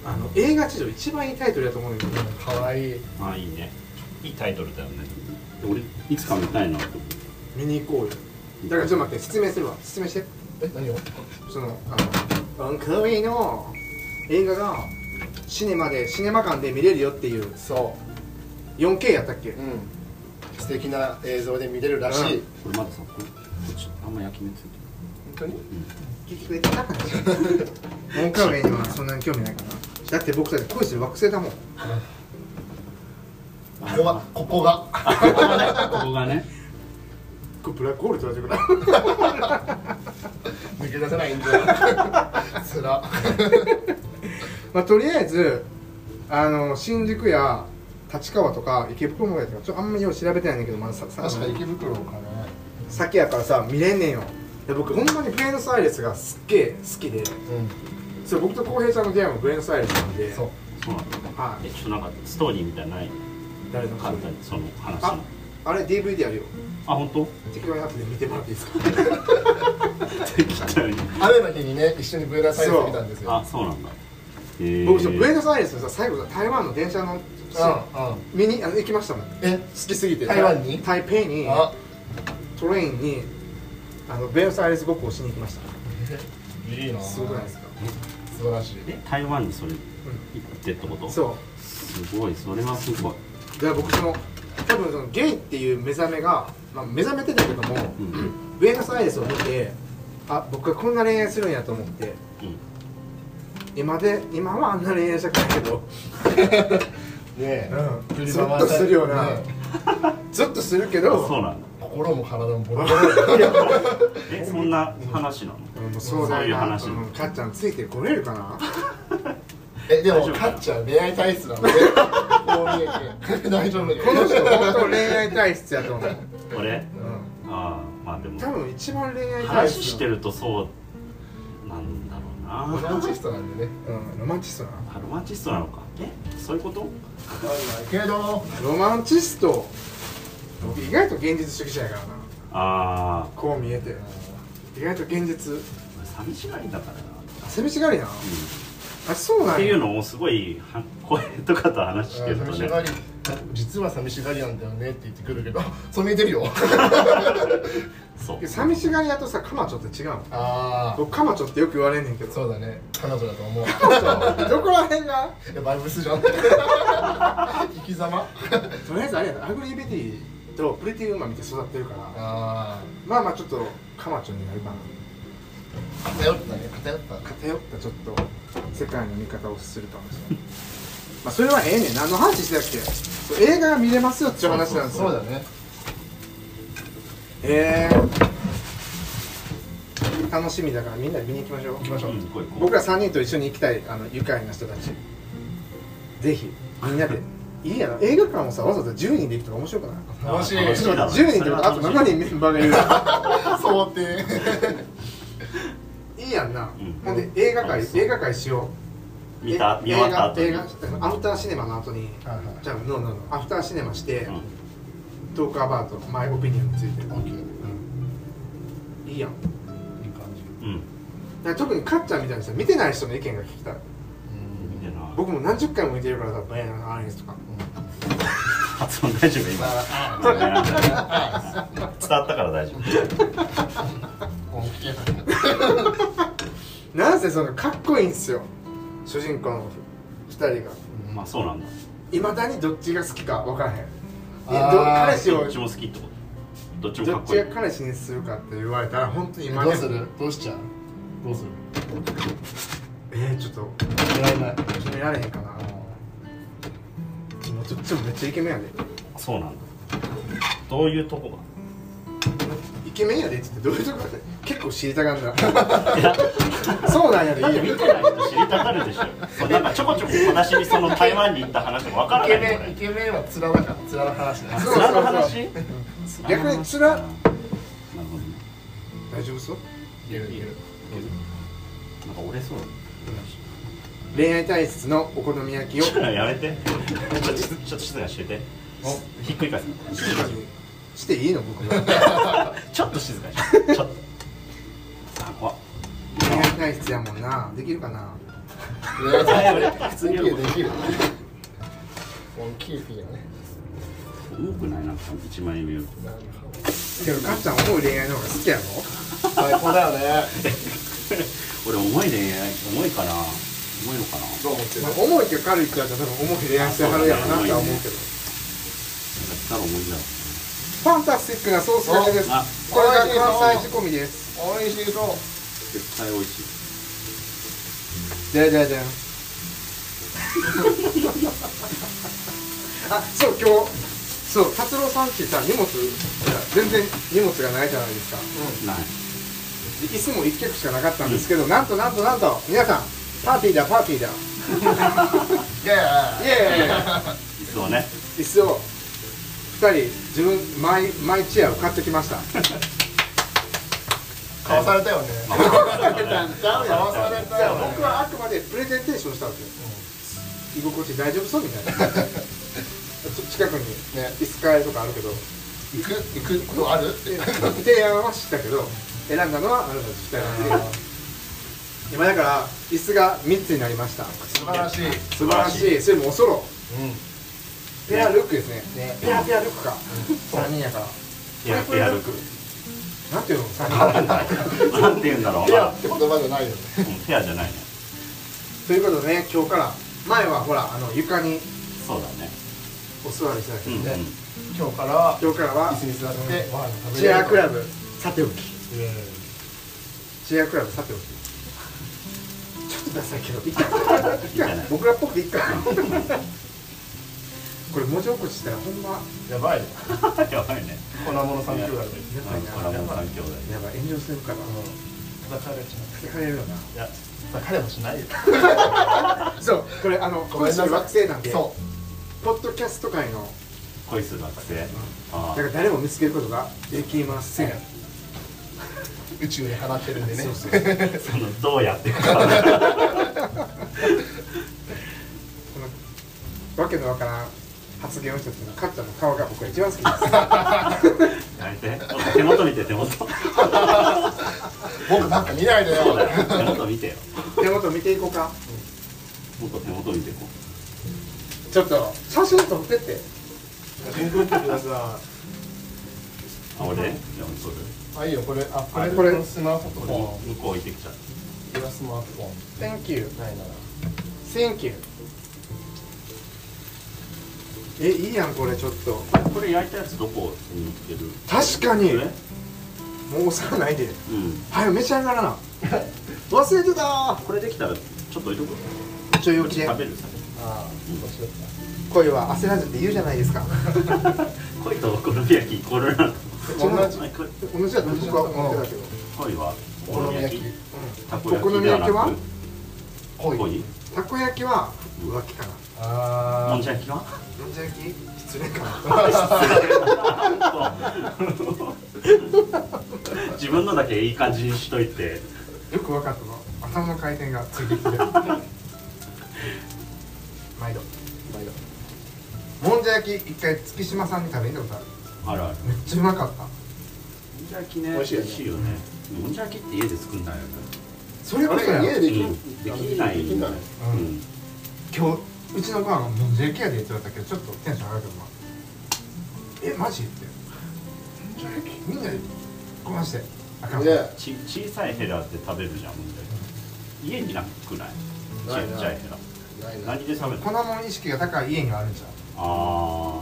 あの映画史上一番いいタイトルだと思うんだけどかわいいああいいねいいタイトルだよね俺いつか見たいなと思見に行こうよだからちょっと待って説明するわ説明してえ何をそのあのワンカウイの映画がシネマでシネマ館で見れるよっていうそ 4K やったっけ、ううん素敵な映像で見れるらしい、うんこれまださここっちあんま焼き目ついて本当に聞いてくれた 文化面にはそんなに興味ないかなだって僕たち恋する惑星だもんここがここがないここがねこれブラックホールって言われて抜け出せ ないんだよつらまあとりあえずあの新宿や立川とか池袋までとかちょっとあんまよう調べてないんだけどまだささ確か池袋かね先やからさ見れんねんよで僕ほんまにブエノスアイレスがすっげえ好きでうそれ僕と浩平さんの出会いもブエノスアイレスなんでんそうそうなんだはいえちょっとなんかストーリーみたいなのない誰の簡単にその話あのあれ DVD あるよあ本当適当に後で見てもらっていいですか適当に雨の日にね一緒にブエナスアイレス見たんですよあそうなんだえー僕ちょっとブエノスアイレスのさ最後さ台湾の電車のうんうん見にあの行きましたもん好えきすぎて台湾に台北にあトレインにあのベノスアイレスごっこをしに行きましいいなたすごくないですか素晴らしいえ台湾にそれ行ってってことそうすごいそれはすごいで僕その多分そのゲイっていう目覚めが、まあ、目覚めてたけども、うんうんブエノスアイレスを見てあ僕はこんな恋愛するんやと思って今で今はあんな恋愛したくないけど、うねえん、ずっとするよな、ねずっとするけあそうどなんだえ心も体もボロボ えそんな話なのうんもう壮そう大ないう話ん、かっちゃんついてこれるかなえで大も丈夫かっちゃん恋愛体質なのでこう見えて 大丈夫この人本当恋愛体質やと思う、俺うん、ああまあでも多分一番恋愛体質話してるとそうなんだろうロなマンチストなんでねうん、ロマンチストなあロマンチストなのかえそういうことわかんないけどロマンチスト僕意外と現実主義者やからなああこう見えて意外と現実俺寂しがりだからな、あ寂しがりなうあそうん、なんっていうやのをすごいは声とかと話してると寂しねがり実は寂しがりなんだよねって言ってくるけど そう見えてるよそう寂しがり屋とさカマチョって違うのあ僕カマチョってよく言われんねんけあどそうだね彼女だと思うどこら辺がいやバイブスじゃん生き様とりあえずあれやなアグリーベティとプリティウーマン見て育ってるからあまあまあちょっとカマチョになるかなあ偏ったね偏った偏ったちょっと世界の見方をするかもし れないまあそれはええねん何の話してたっけそう映画が見れますよっていう話なんですそうよだねへえ楽しみだからみんなで見に行きましょう行きましうんこういうこう僕ら3人と一緒に行きたいあの愉快な人たちぜひみんなでいいやろ映画館もさわざわざ10人で行くとか面白くない楽しい楽しいだろうね10そ人でれはあと楽しい7人メンバーがいる 想 定いいやんな、うんほんで映画楽会しそう映画会しよう見たえ見終わった後に映画映画アフターシネマの後にはいはいじゃあノーノーノーアフターシネマして、うんトークアバートマイオピニオンについて、オッケーいいやんだいい感じうんから特にかっちゃんみたいにさ見てない人の意見が聞きたいうん見てない僕も何十回も見てるからさ「バイアナアイス」とか発音大丈夫今あ伝わったから大丈夫あ聞けないなんせそのかっこいいんですよ主人公の2人がまあそうなんだいまだにどっちが好きか分からへんいあーやど彼氏どをっちも好きってこどっちもかどっっこちいいが彼氏にするかって言われたら本当に今どねうするどうしちゃうどうするえー、ちょっと狙えない決められへんかなもうどっちもめっちゃイケメンやでそうなんだどういうとこイケメンやでって言ってどういうとこかって結構知りたがる なそうなんやでいがだっいてよ見てないと知りたがるでしょそうなんかちょこちょこ私にその台湾に行った話もわからイなケいメンイこケメンは面だから面の話だれそう面の話な逆に面るほどね大丈夫そういけるいけるなんか折れそう恋愛体質のお好み焼きをだやめてちょっとちょっと静かにしててひっくり返す静かにしていいの僕もちょっと静かにしてちょっとあ怖っ恋愛体質やもんなできるかな普通にや次はでるきるもうキーピーよね重くないなんか一枚目よりなるほどでもかっちゃん思う恋愛の方が好きやろ最高だよね俺重いね重いかな重いのかなどう思ってるまあ重いけど軽いって言われたら多分重い恋愛してはるやろなとは思うけど多分重いだろファンタスティックなソースかけですうなあこれが関西仕込みです美味しそう絶対美味しいじゃじゃじゃんあそう今日そう達郎さんってさ荷物全然荷物がないじゃないですかないで椅子も1脚しかなかったんですけど、なんとなんとなんと皆さんパーティーだパーティーだいやいやイエいつもねーイ椅子を2人自分マイマイチェアを買ってきま した買わされたよねまあ買わされたんちゃうよ買わされたよ僕はあくまでプレゼンテーションしたんですよ、居心地大丈夫そうみた いなちょっと近くにね椅子買えとかあるけど行く行くことあるって提案はしたけど選んだのはあなたたち2人なんで今だから椅子が3つになりました素晴らしい素晴らしいそれもおそろうペアルックですねねペアペアルックか3人やからいやペア ルックなんていうの3人なんて言うんだろう、んいやまって言葉じゃないよねあ、うんペアじゃないねということでね今日から前はほらあの床にそうだねお座りしたけうどん、うん、ね今日からは今日からは椅子に座ってご飯を食べチェアクラブブさておきチェアクラブさておきちょっとダサいけどいっかいっか僕らっぽくていっかこれ文字起こししたらほんまやばいよやばいね粉物三兄弟でやばいなこれはもう三兄弟やばい炎上するから叩かれちゃ叩かれるよなういや叩かれもし ないよそうこれあのごめ今んなさ週学生いなんでそポッドキャスト界の恋する学生だあから誰も見つけることができませんう宇宙に放ってるんでねそうそうあそのどうやって かわけのわからん発言をした時のかっちゃんの顔が僕が一番好きですやめてもっと手元見て手元僕なんか見ないでよそうだよ手元見てよ手元見ていこうかもっと手元見てこうちょっと写真撮ってって写真撮ってくださあ俺いやそうだよい あいいよこれあこれこれスマートフ俺ォ向ンこう置いてきちゃっいやスマートフォン Thank you ないなら Thank you えいいやんこれちょっとたこれ焼いたやつどこに売ってる確かにこれもう押さないでうん早めちゃんがらな忘れてたーこれできたらちょっと置いとくこちょいっ置きちで食べるさああどうしようか恋は焦らずって言うじゃないですか恋とお好み焼きイコール なの同じ同じだと僕は思ってたけど恋はおお好好みみ焼焼ききたこ焼きではなお好くみ濃い恋たこ焼きは浮気かなもあんじゃ焼きはもんじゃ焼き失礼かな自分のだけいい感じにしといてよく分かったの頭の回転がついてきて 毎度毎度もんじゃ焼き一回月島さんに食べに行ったことあるあるあるめっちゃうまかったもんじゃ焼きね美味しいよねよねもんじゃ焼きって家で作んないよねそれこそあやれ家でできるできないできなういん今日うちのご飯がもんじゃ焼きやでって言われたけどちょっとテンション上がるけどなえマジってもんじゃ焼きみんなでこましてあかんねち小さいヘラで食べるじゃんもんじゃ焼き家になくないないちなっちゃいヘラないな何で食べるの粉もん意識が高い家があるんじゃんあ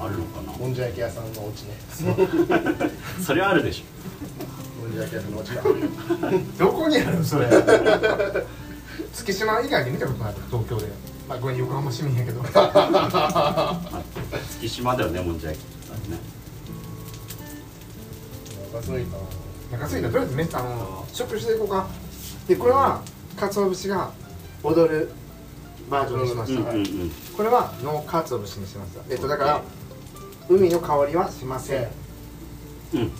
ああるのかなもんじゃ焼き屋さんのお家ねそれはあるでし もんじゃ焼き屋さんのお家かどこにあるのそれ 月島以外で見たことない東京でまあごめん横浜市民 やけどょ、まあ月島ではねもんじゃ焼きとかねおかしいな中すぎたとりあえずめあの食していこうかでこれは鰹節が踊るバージョンにしまうんした、うんうんこれはノー鰹節にしましたえっとだから海の香りはしませんうんとっ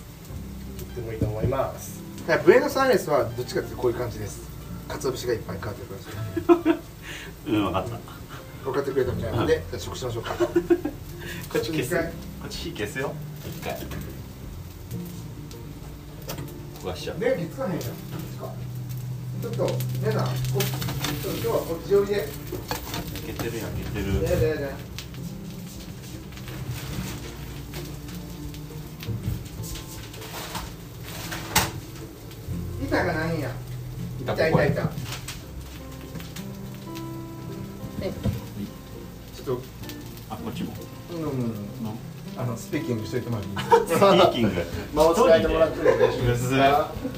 てもいいと思いますだからブエノスアイレスはどっちかっていうとこういう感じです鰹節がいっぱい変わってくる感じうん分かったこ分かってくれたみたいなのでじゃあ食しましょうかっち消すこ一回っち火消すよ一回焦がしちゃう電気つかへんやんちょっとねなこちょっと今日はこっち寄りでね焼けてる焼けてえねるえねえ板がないんやい板板板ちょっとあこっち もうんのあのスピーキングしといてもらってい いでスすピーキング間を使えてもらってるよね一人で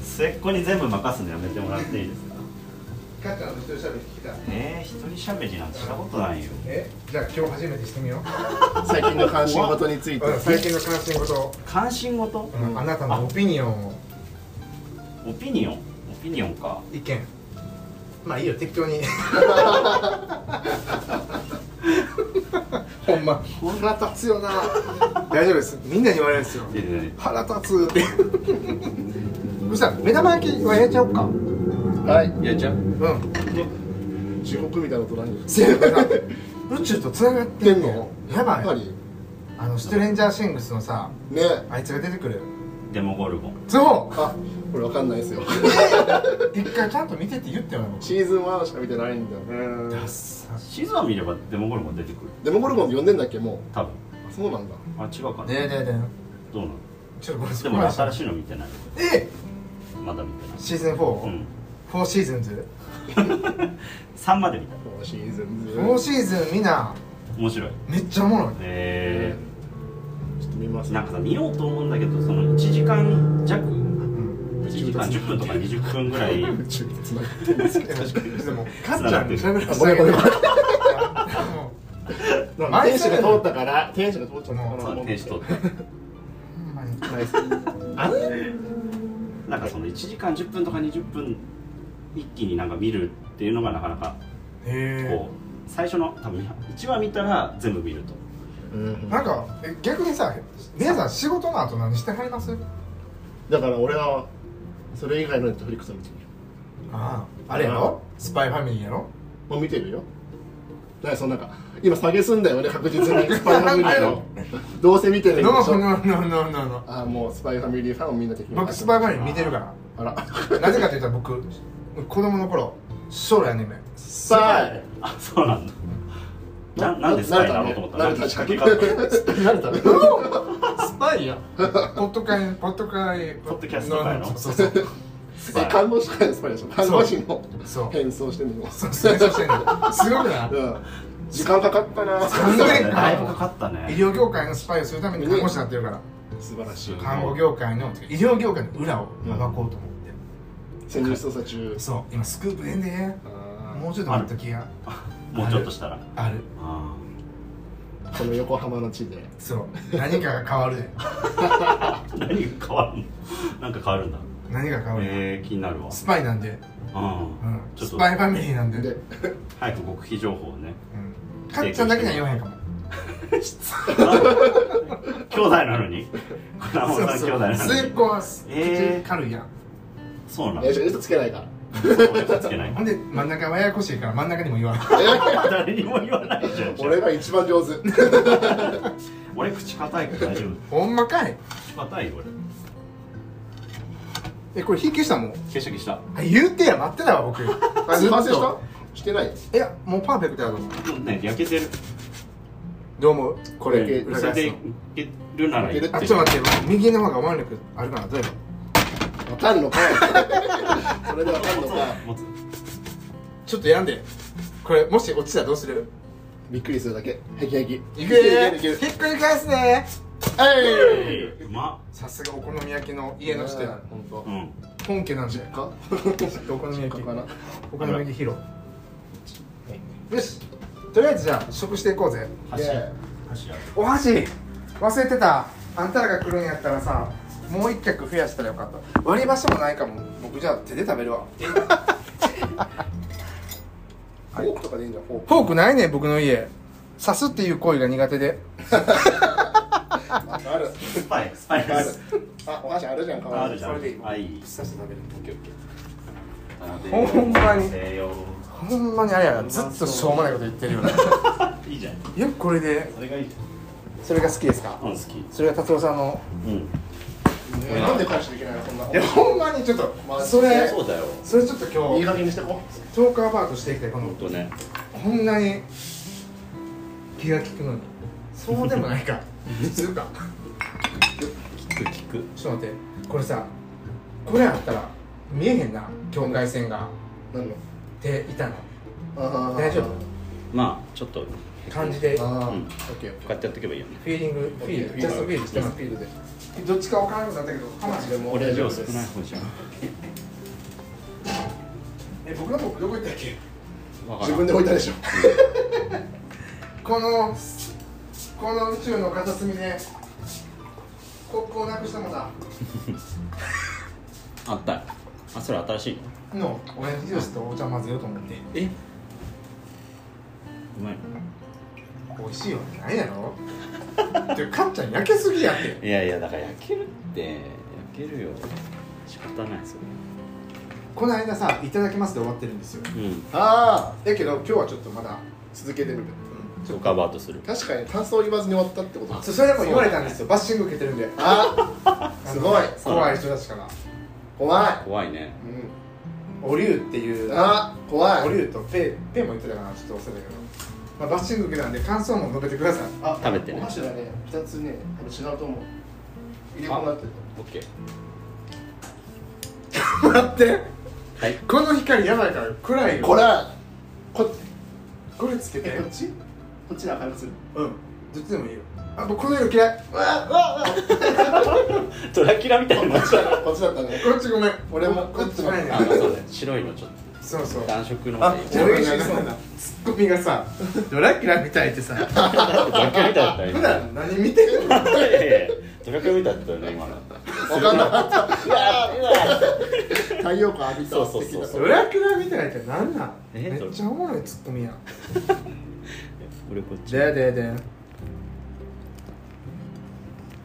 末っ子に全部任すのやめてもらっていいですかかっちゃんの一人喋り聞きたいえー、一人しゃべりなんてしたことないよえじゃあ今日初めてしてみよう 最近の関心事についてうん最近の関心事、関心事うんあなたのオピニオンをオピニオンオピニオンか意見まあいいよ適当に ほんま腹立つよな大丈夫ですみんなに言われるんですよででで腹立つってそしたら目玉焼きはやっちゃおうかうん はいやっちゃう地獄みたいな音何せやから宇宙とつながってんのやばやいっぱりあのストレンジャーシングスのさねあいつが出てくるデモゴルゴンそあこれわかんないですよう 一回ちゃんと見てって言ってよ僕シーズン1しか見てないんだよねダッサシズア見ればデモゴルゴン出てくるデモゴルゴンって呼んでんだっけも多分うあそうなんだあ違うかな、ねえねえねどうなのえちょっとごめんでも俺そこま新しいの見てないでえまだ見てないシーズン 4?4、うんフォーシーズンズ3まで見たもうシーズンズ4シーズンみんな面白いめっちゃおもろいえちょっと見ますー、なんかさ見ようと思うんだけどその1時間弱うん1時間10分とか20分ぐらい宇宙につながってでもかっちゃんに喋らせごめんごめんもるなんか天使が通ったから天使が通っちゃったからそう天使通っうほんまにナイスあれたなんかその1時間10分とか20分一気になんか見るっていうのがなかなかへこう最初の多分1話見たら全部見るとうんえなんかえ逆にさ皆さん仕事の後何してはりますだから俺はそれ以外のネットフリックスを見てみよあああれやろスパイファミリーやろうもう見てるよだからそのなんか今下げすんだよね確実にスパイファ ミリーのどうせ見てるんでしノーょノーノーノーノーノーあーもうスパイファミリーファンをみんな敵に僕スパイファミリー見てるかあららなぜかというと僕子供の頃将来アニメスパイあそうなんだななんでスパイだろうと思った慣られたねなんか慣れた確かに慣れたねスパイやポッド会ポッド会ポッドキャスト会のそうそうそうスパえイ看護師会のスパイでしょ看護師のそう変装してるのそうそうそうしてんのすごくないうん時間かかったな完全にだいぶかかった医ね療業界のスパイをするために看護師になってるから素晴らしい看護業界の医療業界の裏を暴こうと思って、潜入捜査中そう今スクープえんでもうちょっと待っときやもうちょっとしたらあるあこの横浜の地でそう何かが変わるで ー何が変わるのなんか変わるんだ何が変わる、えー、気になるわスパイなんで、うんうん、ちょっスとパイファミリーなんでで早く極秘情報をねうん、かっちゃんだけには言わへんかも 兄弟なのに粉もんさん兄弟なの末っに子は口えー軽いやん、そうなんだえちょ嘘つけないからそう嘘つけ ないほんで真ん中はややこしいから真ん中にも言わん 誰にも言わないじゃん俺が一番上手俺口硬いから大丈夫ほんまかい口硬いよ俺えこれ引き消したもん消した消したあ言うてや待ってたわ 僕あずっ完と成したしてないいやもうパーフェクトやと思うもうね焼けてるどう思うこれえ裏それ返ですいのけるならいいあちょっと待って右の方が腕力あるかなどうやろわかんのかい それでわかんのかい持つちょっとやんでこれもし落ちたらどうするびっくりするだけヘキヘキいいくけるいけるいけよるひっくり返すねえいうまさすがお好み焼きの家の人や本っうん本家なんじゃないかお好み焼きかなお好み焼き披露よしとりあえずじゃあ試食していこうぜ箸いや箸やるお箸忘れてたあんたらが来るんやったらさもう一脚増やしたらよかった割り箸もないかも僕じゃあ手で食べるわフォークとかでいいんじゃんフォークフォークないねん僕の家刺すっていう行為が苦手でああるスパイスパイあるスあマジあるじゃんかあるじゃんそれでいいはい刺して食べるオッケーオッケほーんまに西洋ほんまにあれやずっとしょうもないこと言ってるよ ねいいじゃんよくこれでそれがいいじそれが好きですかゃんうん好きそれが達郎さんのうんねなんで返していけないのそんな本ほんまにちょっと、まあそれそうだよそれちょっといい今日加減にしてこトークアバートしていきたいこほんのとねこんなに気が利くのにそうでもないか普通か聞く聞くちょっと待ってこれさこれあったら見えへんな境界線がう何の手板のあー大丈夫まあちょっとこ感じでフああ、うんオッケーオッケうやってやっていけばいいよねィーリングフィールジャストフィールしてーまスすピードでどっちか分からなくなったけど話でも俺は量少なない方じゃんえ僕の僕どこ行ったっけわから自ん分で置いたでしょこのこの宇宙の片隅でコップをなくしたもんだあったあそれ新しいのの俺ヒロシとお茶混ぜようと思ってえうまい美味しいわけないやろ てかかっちゃん焼けすぎやっていやいやだから焼けるって焼けるよ仕方ないそこの間さ「いただきます」で終わってるんですよれうんあだけど今日はちょっとまだあ続けてみるそこカバーとする確かに感想言わずに終わったってことそそれでも言われたんですよバッシング受けてるんであ あのすごい怖い人たちから怖い怖いねうおりゅうっていんうあ怖おいりゅうとペイペイも言ってたかなちょっと忘れたけど、まあ、バッシング受けたんで感想も述べてください あ食べてねお箸がね二つね多分違うと思う入れ込まってるオッケー待ってはいこの光やばいから暗いよこれここれつけてえこっちこっちで明るくするうんどっちでもいいよあ僕この色嫌いうわうわうわドラキュラみたいになっちゃうこっちだったねこっちごめん俺もこっちないねあそうだよ白いのちょっそうそとう暖色のあ方、じでゃいあい嬉しそうなツッコミがさドラキュラみたいってさドラキュラみたいだったよ普今段何見てるのいやいやいやドラキュラみたいだったよね今の分かんなかった太陽光浴びたそうそうそうそうドラキュラみたいって何なんえめっちゃおもろいツッコミやん俺こっちででで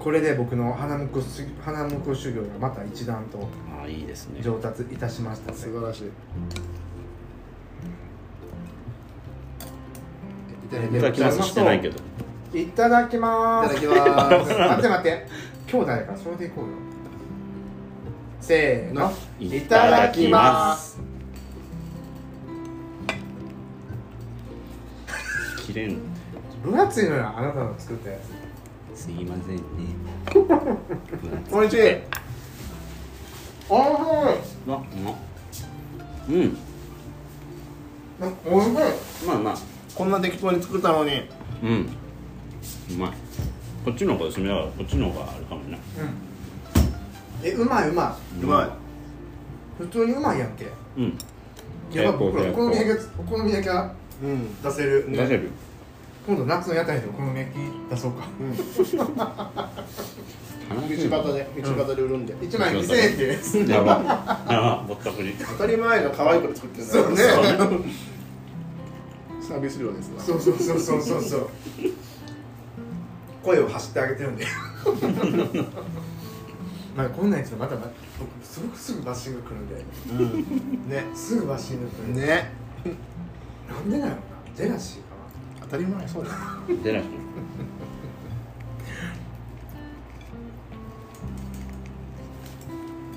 これで僕の花婿す花婿修行がまた一段とあいいですね上達いたしましたね素晴らしいいただきますしてないけどいただきまいーたすだきます待って待って兄弟だからそれでいこうよせーのいいたただだききまますす切れん分厚いのよあなたの作ったやつすいま せんねおいしいおいしうまっうまっうんいおいしいまあまあこんな適当に作ったのにうんうまいこっちの方が進めだからこっちの方があるかもねえうまいうまうまいい普通にうまいやんけうんやばい僕ら結お構好み焼きがお好み焼きがうん出せる、出せる今度夏の屋台でお好み焼き出そうか話せる道端で道端で売るんで1枚2000円でやばやばぼったくり当たり前の可愛いこと作ってるんだそうねサービス料ですわそうそうそうそうそうそう声を発してあげてる んでまあこんなんやつまたま僕すごくすぐバッシング来るんでねすぐバッシング来るんで、ねなんでなのかなジェラシーか当たり前そうだ出 ない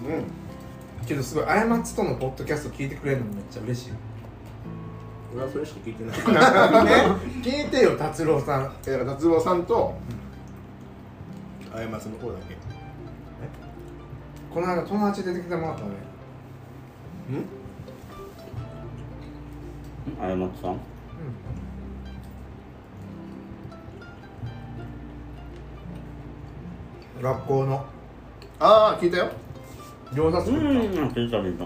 うんなけどすごい過ちとのポッドキャスト聞いてくれるのもめっちゃ嬉しいね俺はそれしか聞いて ない聞いてよ達郎さんだから達郎さんとあやまつの方だけこの間友達出てきてもらったのねあやまつさん学校のああ聞いたよ餃子作った、うん聞いた聞いた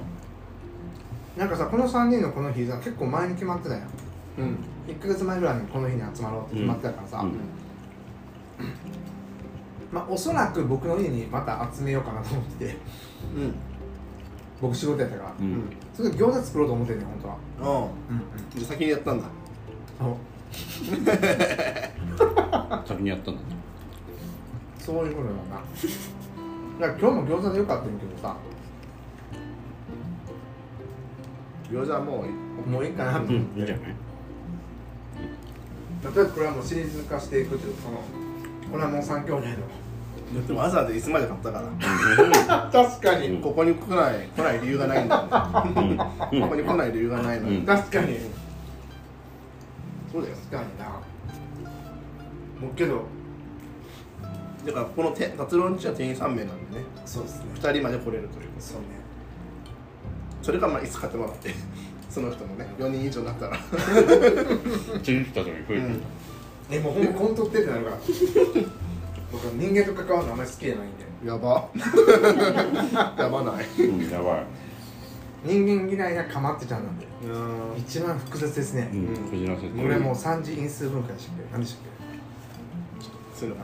なんかさこの3人のこの日さ結構前に決まってたやん1ヶ月前ぐらいにこの日に集まろうって決まってたからさ、うんまあ、おそらく僕の家にまた集めようかなと思っててうんうん僕仕事やったからうんうんそれで餃子作ろうと思ってんねん本当はじゃあ先にやったんだそう先にやったんだねそういうことだな だから今日も餃子でよかったんやけどさ餃子はもうもういいかなって、いいんじゃない例えばこれはもうシリーズ化していくっていうそのこれはもう3兄弟の でもわざわざ椅子まで買ったから確かにここに来ない来ない理由がないんだ よねここに来ない理由がないのに、うん確かにそうだよ確かになもうけどだからこのて達郎んちは店員3名なんでねそうですね2人まで来れるということそうねそれかまあいつ買ってもらって その人もね4人以上になったらチリッタとかに増えてるえもうほんまコントってってなるから僕は人間と関わるのあんまり好きじゃないんでやば やばないうんやばい人間嫌いなかまってちゃんなんでうん一番複雑ですね、うん藤原先生これもう三次因数分解でしたっけ何でしたっけそういうのが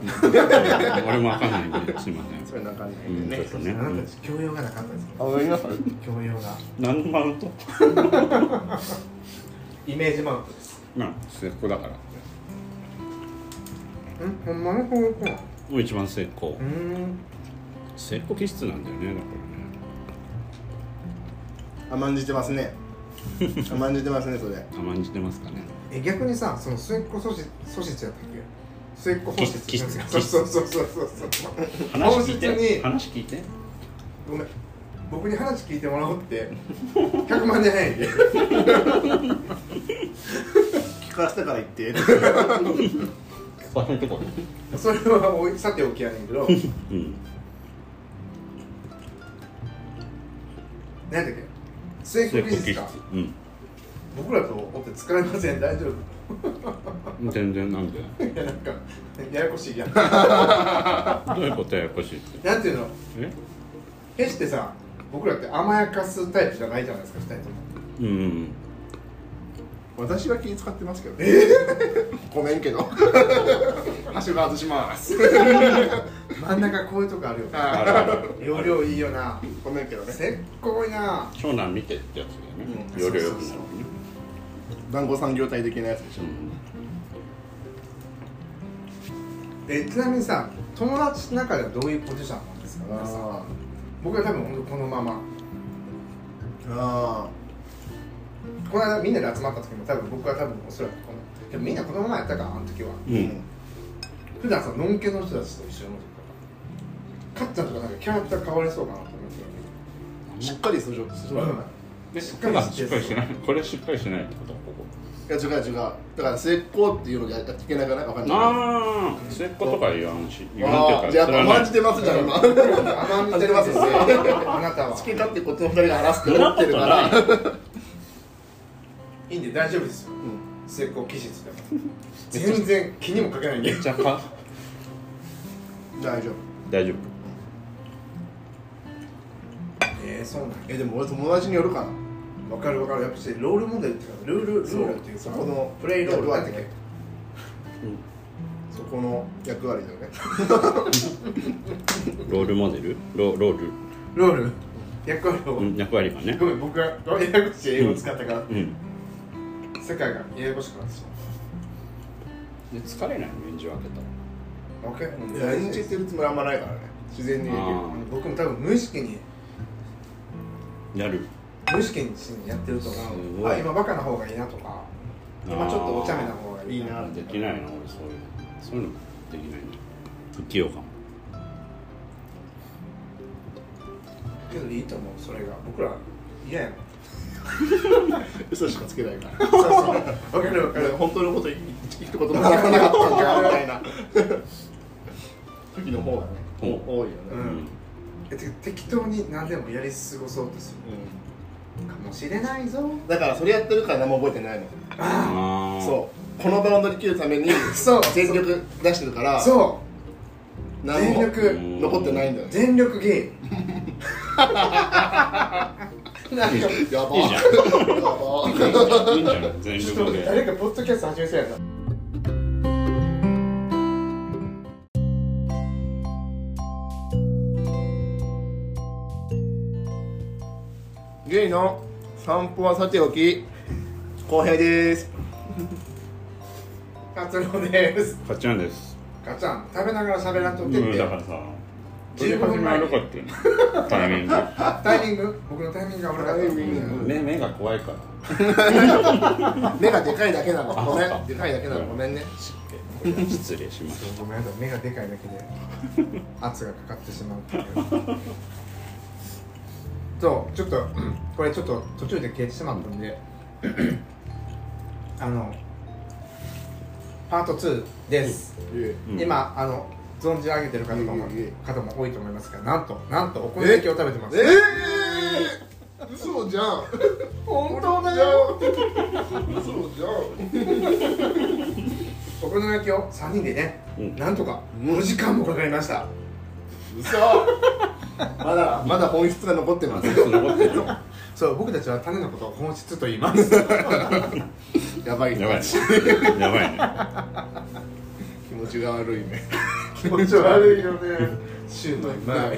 俺もわかんないんですいませんそういうのがね、うんちょっとねあなたたち教養がなかったですあかごめんなさい教養が何のマウントイメージマウントですまあ成功だからんほんまのこうこもう一番成功ううん成功気質なんだよねだから甘んじてます ね甘んじてますねそれね甘んじてますかねえ逆にさその末っ子素質素質やったっけ末っ子保質気質気質そうそうそうそうそう話聞い本質てに話聞いてごめん僕に話聞いてもらおうって 100万じゃないんで聞かせたから言って聞かせてこそれはおいさておきやねんけど何いうんだっけ末成っ子功美気術質かう僕らとおって疲れません大丈夫ん全然なんでど いやなんかややこしいやんういうことややこしいってなんていうのえ決してさ僕らって甘やかすタイプじゃないじゃないですか2人ともうん私は気使ってますけどねごめんけど端が外します真ん中こういうとこあるよねあるある容量いいよな ごめんけどねせっこいな長男見てってやつだよねうん要領よくなるそうそうね団子産業体的なやつでしょえちなみにさ友達の中ではどういうポジションなんですか皆さんあ僕は多分本当このままーあこの間みんなで集まった時も多分僕は多分おそらくこのでもみんなこのままやったかあの時はうんうん普段さのんけの人たちと一緒の時とかかっちゃんとかなんかキャラクター変わりそうかなと思ってーしっかりするするわうんでしっかこれりしてしっかりしてないこれしっかりしてないってことここいや違う違うだから成功っていうのやっていけないかなんか分かんないああ末っ子とか言わんし言わんってあいうかーじゃあやっぱ甘んそじれてはますじゃん 今甘んじてますよねあなたは好き勝手こっちの二人が話すって思ってるかそんならいいんで大丈夫ですよん成功期日でも全然気にもかけないんでじゃあか大丈夫大丈夫えー、そうなんやえでも俺友達によるかなわかるわかるやっぱしロールモデルっていうかルールルールっていうかそこのプレイロールなんだっけそこの役割だよねロールモデルロロール ロール役割を、うん役割がねごめん僕がややこしい英語使ったから、うん世界がややこしくなってしで疲れないの返事を開けたらまうわけいや演じてるつもりあんまないからね自然にできるあ僕も多分無意識にあやる無意識にやってるとかすごいあ今バカな方がいいなとか今ちょっとお茶目な方がいいいいなできないな俺そういうのそういうのできないな不器用かもけどいいと思うそれが僕ら嫌 やもん嘘しかつけないからそうそうわかるわかる本当のこと言ったことなかったなみたいな時の方がねうん多いよねううんえて適当に何でもやり過ごそうとすうるかもしれないぞんだからそれやってるから何も覚えてないのああそうこの場を乗り切るためにそう全力出してるからそ何も全力残ってないんだよ全力ゲームやばいいじゃんやばいいんじゃない全ちょっ力と で誰かポッドキャスト始めそうやな ゲイの散歩はさておき浩平です達郎ですカッチャンですガチャン食べながら喋らんとっうてっんだてからさ15分前にったよタイミングタイミング僕のタイミングが悪かった目目が怖いから目がでかいだけなのごめあそっんかでかいだけなのごめんね失礼しましごめんなさい目がでかいだけで 圧がかかってしまうっていうとちょっと これちょっと途中で消えてしまったんで あのパート2です、うん今あの存じ上げてる方もいえいえい方も多いと思いますがなんとなんとお好み焼きを食べてますえー、嘘じゃん本当だよ嘘じゃお好み焼きを3人でね、うんなんとか5時間もかかりましたん嘘まだまだ本質が残ってますた残ってるよそう僕たちは種のことを本質と言います やばいやばいねねやばいね気持ちが悪いね気持ち悪いよねシューマイまあ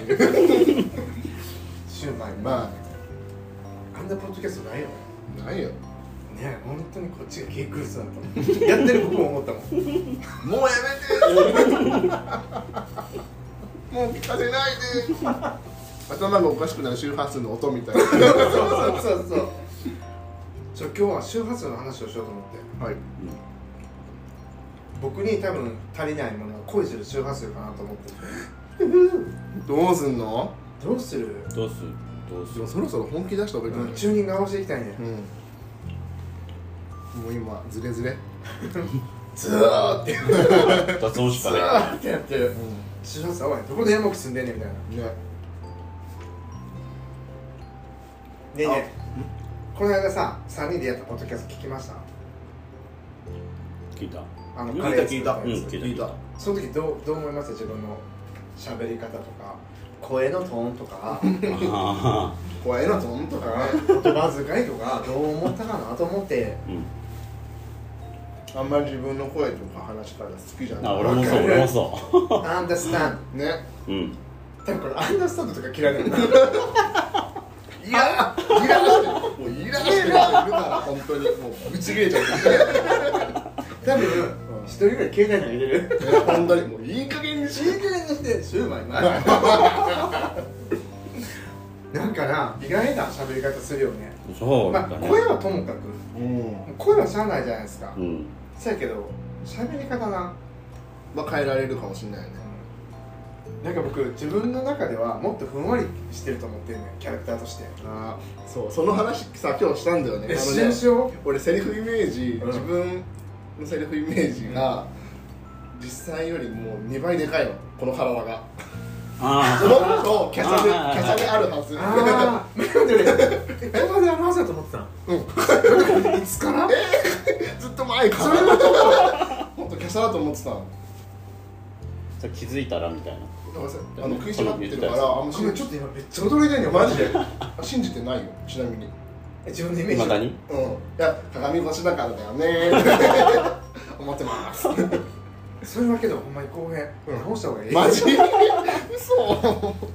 シュウマイまあんなポッドキャストないよねあないよね本当にこっちがゲークルスだとやってる僕も思ったもんもうやめて もう聞かせないで頭がおかしくなる周波数の音みたいなそうそうそうそうちょ今日は周波数の話をしようと思ってはい僕に多分足りないものは恋する周波数かなと思っててどうすんのどうするどうするどうすでるもそろそろ本気出した方がいいかなチューニング合わせていきたいねうんもう今ズレズレずーって雑音しかずないーってやってる周波数合わないどこで山奥住んでんねんみたいなねねえねえこの間さ3人でやったポッドキャスト聞きました聞いたあの聞いた聞いたカうんレー作ったやつ聞いたその時どうどう思いました自分の喋り方とか声のトーンと かあ怖いなと思ったとか言葉遣いとかどう思ったかなと思ってあうんあんまり自分の声とか話し方好きじゃないあ俺も そう俺もそ「アンダースタンねううんド」多分これ「アンダースタンド」とか 嫌いなんだいやイラッとしてるもうイラッとしてる人いるから本当にもうぶち切れちゃって多分一人ぐらい携帯に入れるね本当にもういい加減にしシークレットしてシューマイななんかな意外な喋り方するよねそうまだあね声はともかくうん声はしゃあないじゃないですかうんそやけど喋り方なまあ変えられるかもしれないねなんか僕自分の中ではもっとふんわりしてると思ってるねキャラクターとしてあーそうその話さ今日したんだよねえあの新ね章俺セルフイメージ、うん自分のセルフイメージが実際よりも2倍でかいのこの腹輪があもっとキャサでキあーャサであるはずああなんでえこの間話せと思ってたのうんいつからずっと前からもっとキャサだと思ってたのあ気づいたらみたいなだからさあの食いしばってるからあんごめまんちょ信っと今めっちゃ驚いてんねんマジで信じてないよちなみにうんいえ自分のイメー未ジだにや鏡越しだからだよ ねー思ってますそういうわけでもほんまに後編直した方がいいマジ嘘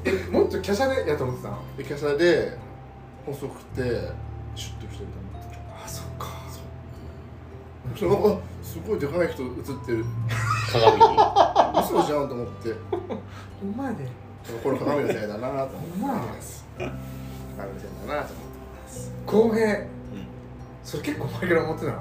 えもっと華奢でやと思ってたのでキャサで細くてシュッとしてると思ってあそっかそのあ すごいでかい人映ってる鏡に嘘じゃんと思ってお前でこれ鏡のせいだなと思ってほんまや鏡のせいだなと思後って編、それ結構前から思ってたの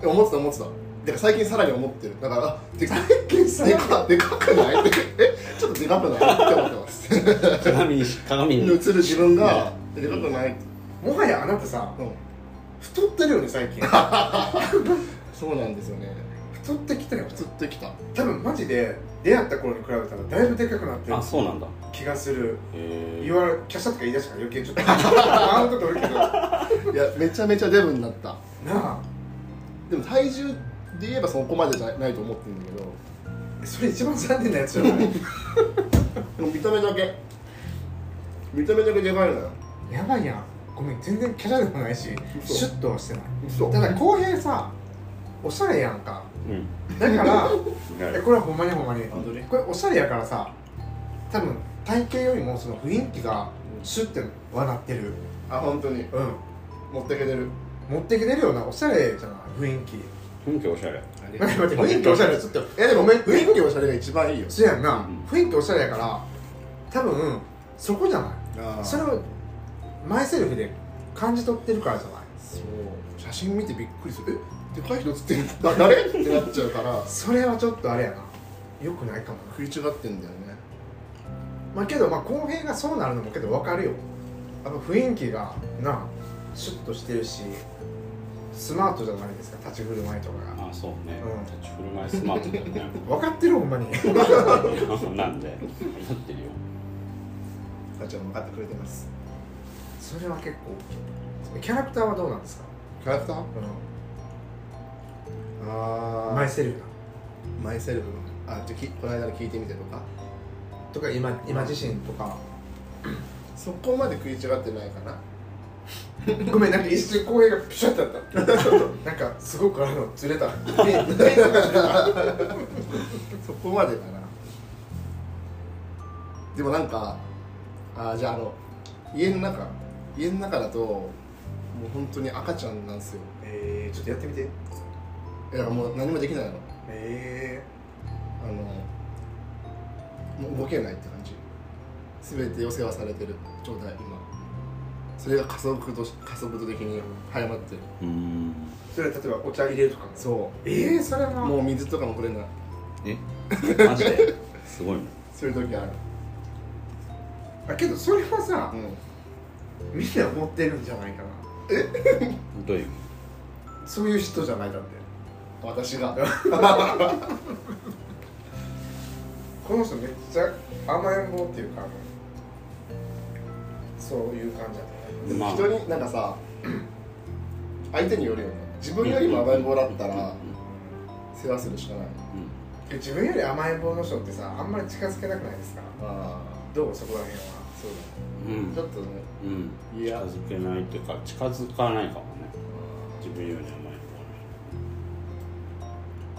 でも思ってた思ってただから最近さらに思ってるだからあでかでかでかくない えちょっとでかくないって思ってます鏡 に鏡映にる自分がでかくない、もはやあなたさうん、太ってるよね 最近そうなんですよね太ってきたよ映ってきた多分マジで出会った頃に比べたらだいぶでかくなってるあそうなんだ気がするへえ言われキャシャとか言い出したから 余計ちょっとあのことおるけどないやめちゃめちゃデブになったあでも体重で言えばそこまでじゃないと思ってるんだけどそれ一番残念なやつじゃないもう見た目だけ見た目だけでかいのよやばいやんごめん全然キャラでもないし嘘シュッとはしてない嘘ただ浩平さおしゃれやんかうんだからはいえこれはほんまにほんまに本当にこれおしゃれやからさ多分体型よりもその雰囲気がシュッてはなってるあ本当にうん持ってけてる持ってきてるようなおしゃれじゃない雰囲気雰囲気おしゃれ待って待って雰囲気おしゃれちょっとえでもめ雰囲気おしゃれが一番いいよそうやんな、ん雰囲気おしゃれやから多分そこじゃないああそれをマイセルフで感じ取ってるからじゃないそう写真見てびっくりするえでかい人写ってるだ誰ってなっちゃうからそれはちょっとあれやなよくないかもな食い違ってんだよねまあけどまあ公平がそうなるのもけど分かるよやっぱ雰囲気がなシュッとしてるしスマートじゃないですか立ち振る舞いとかがあそうね、うん立ち振る舞いスマートだよね 分かってるほんまなにんで分かってるよ母ちゃんも分かってくれてます それは結構大きいキャラクターはどうなんですか、キャラクターうあん、あマイセルフなマイセルフあじゃあきこの間の聞いてみてとかとか今今自身とかそこまで食い違ってないかなごめんなんか一瞬公平がピシャってなった なんかすごくあのずれ た目目がずれたそこまでかなでもなんかあじゃああの家の中家の中だともう本当に赤ちゃんなんですよえー、ちょっとやってみていやもう何もできないのえあのもう動けないって感じ全てお世話されてる状態今それが加速度し加速度的に早まってるうんー、それは例えばお茶入れるとかそええー、それうはもう水とかもくれないえマジ ですごいねそういう時あるあけどそれはさうんみんな思ってるんじゃないかなどういうそういう人じゃないだって私がこの人めっちゃ甘えん坊っていうかあのそういう感じだったでもまあ人になんかさ相手によるよね自分よりも甘えん坊だったら世話するしかないで自分より甘えん坊の人ってさあんまり近づけなくないですかあどうそこら辺はあそううんうんだちょっとねうんい近やづけないっていうか近づかないかもね自分より甘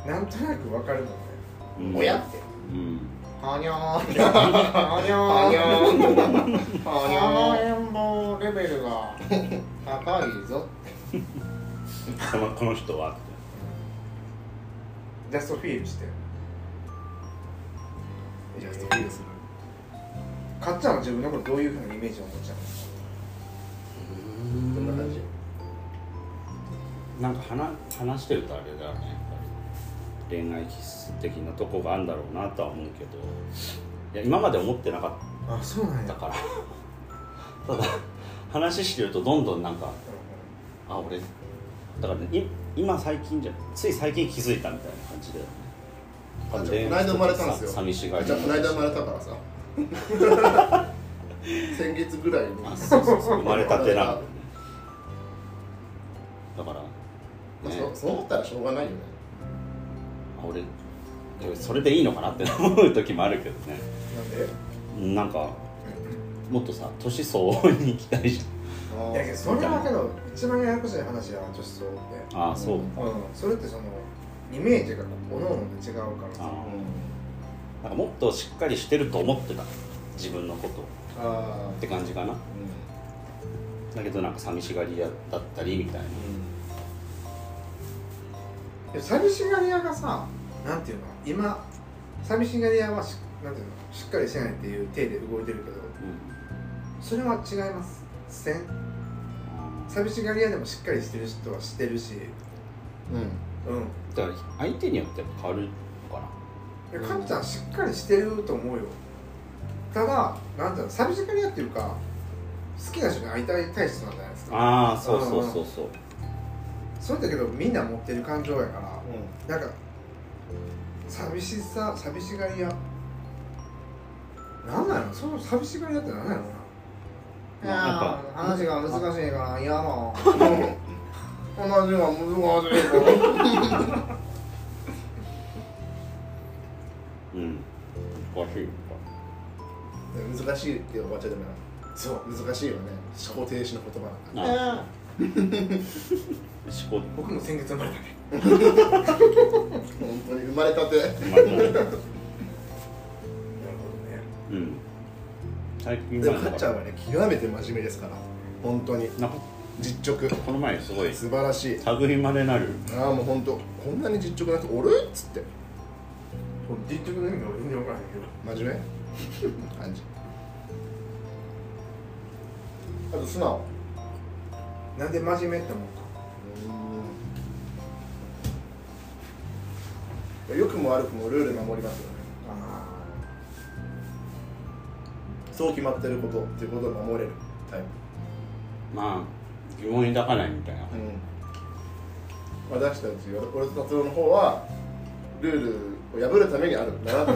なんとなくわかるもんねいもんね親ってうんはにゃーはにゃーはにゃーはにゃーんぼレベルが高いぞこのこの人はってジャストフィールしてジャストフィールするかっちゃんは自分のことどういうふうなイメージを持っちゃうんですどんな感じなんか話話してるとあれだよねやっぱり恋愛気質的なとこがあるんだろうなとは思うけどいや今まで思ってなかっかあそうなんたから ただ話してるとどんどんなんかあ俺だから、ね、い今最近じゃつい最近気づいたみたいな感じで多分じゃあこの間生まれたんですよさ寂しがりじゃあこの間生まれたからさ 先月ぐらいにあそうそうそう生まれたてなだから、まあねそそう思ったらしょうがないよねあ俺俺それでいいのかなって思う時もあるけどねなんでなんかもっとさ年相応に期待しいやけどそれはけど一番ややこしい話や女子層ってああそううんそれってそのイメージがおのおので違うからあさうーんなんかもっとしっかりしてると思ってた自分のことあって感じかなあだけどなんか寂しがり屋だったりみたいなで寂しがり屋がさなんていうの今寂しがり屋はしなんていうのしっかりしてないっていう体で動いてるけどうんそれは違いますせん寂しがり屋でもしっかりしてる人はしてるしうんうんだから相手によってやっぱ変わるのかないやかっちゃんしっかりしてると思うよただなんていうの寂しがり屋っていうか好きな人に会いたい体質なんじゃないですかああそうそうそうそうそれだけどみんな持ってる感情やからうんなんか寂しさ寂しがり屋なんなのその寂しがり屋ってなんなのかなやっぱ話が難しいから嫌なの 同じが難しいから難しいって終わっちゃダメなのそう難しいよね思考停止の言葉なんかな 思考僕も先月生まれたね本当に生まれたてまあもうなるほどねうん最近でまもかっちゃんはね極めて真面目ですから本当になんか実直この前すごい素晴らしい類までなるああもう本当こんなに実直な人おるっつってこれ実直の意味が俺全然分からへんけど真面目感じあと素直なんで真面目って思った良くも悪くもルール守りますよねあそう決まってることっていうことを守れるタイプまあ疑問抱かないみたいな、うん、私たち俺と達郎の方はルールを破るためにあるん だなと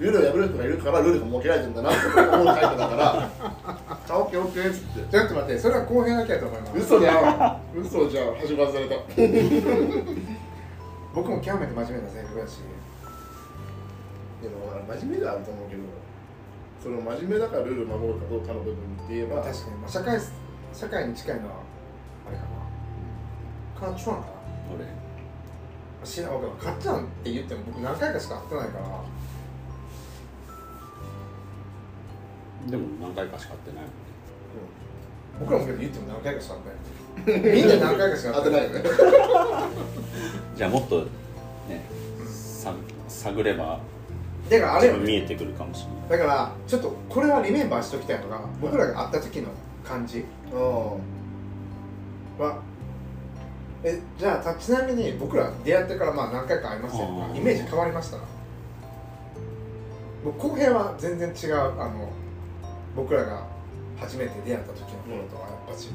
ルールを破る人がいるからルールが設けられてるんだなって思うタイプだからあオッケーオッケーっつってちょっと待ってそれは公平だけやと思います嘘じ ゃん嘘じゃん始まらされた 僕も極めて真面目な性格だしでもまあ真面目ではあると思うけどその真面目だからルール守るかどうかの部分って言えばまあ確かに、まあ、社会社会に近いのはあれかなカッチョンかな俺知らんわけどカッチョンって言っても僕何回かしか会ってないからでも何回かしか会ってないもんね僕らもけど言っても何回かしか会ってないみんな何回かしか当て会ってなないいよねじゃあもっとねさ探ればだからあれよね見えてくるかもしれないだからちょっとこれはリメンバーしときたいのが僕らが会った時の感じうはえじゃあちなみに僕ら出会ってからまあ何回か会いましたようんイメージ変わりました僕後編は全然違うあの僕らが初めて出会った時の頃とはやっぱし、ん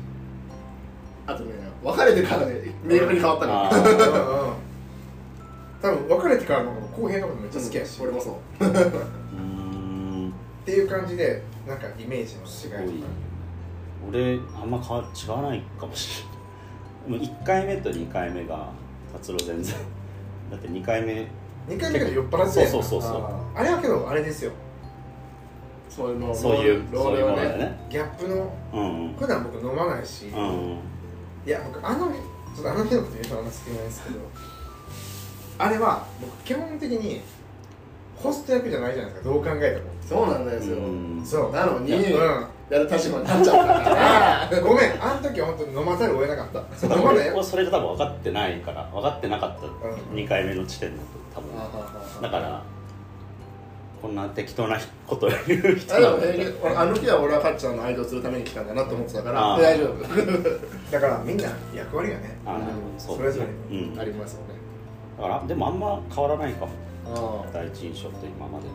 あとね別れてからね明確に変わったあのーうんうん多分別れてからの方が後編のことめっちゃ好きやし、俺もそううーんっていう感じでなんかイメージの違いとか俺あんま変わ違わないかもしれないもう1回目と2回目が達郎全然だって2回目2回目から酔っ払ってたそうやんそうそうそうああれはけどあれですよそういうのそういうロそうーいうルもをのだよねねギャップのうんうん普段僕飲まないし、ういんうんや僕あのちょっとあの日のこと言うとあんま好きじゃないですけどあれは僕基本的にホスト役じゃないじゃないですかどう考えてもそうなんですよ、うんそうなのに、うんやる立場になっちゃった からねごめんあの時本当に飲まざるを得なかったそう飲まない俺それが多分分かってないから分かってなかったうん2回目の地点だと多分だからこんな適当なことを言う人あでなもんだ平気俺あの日は俺はかっちゃんのアイドルするために来たんだなと思ってたからあー大丈夫だからみんな役割がねあなるほどそうそれぞれうん、あだりますよねからでもあんま変わらないかもあ第一印象と今までの、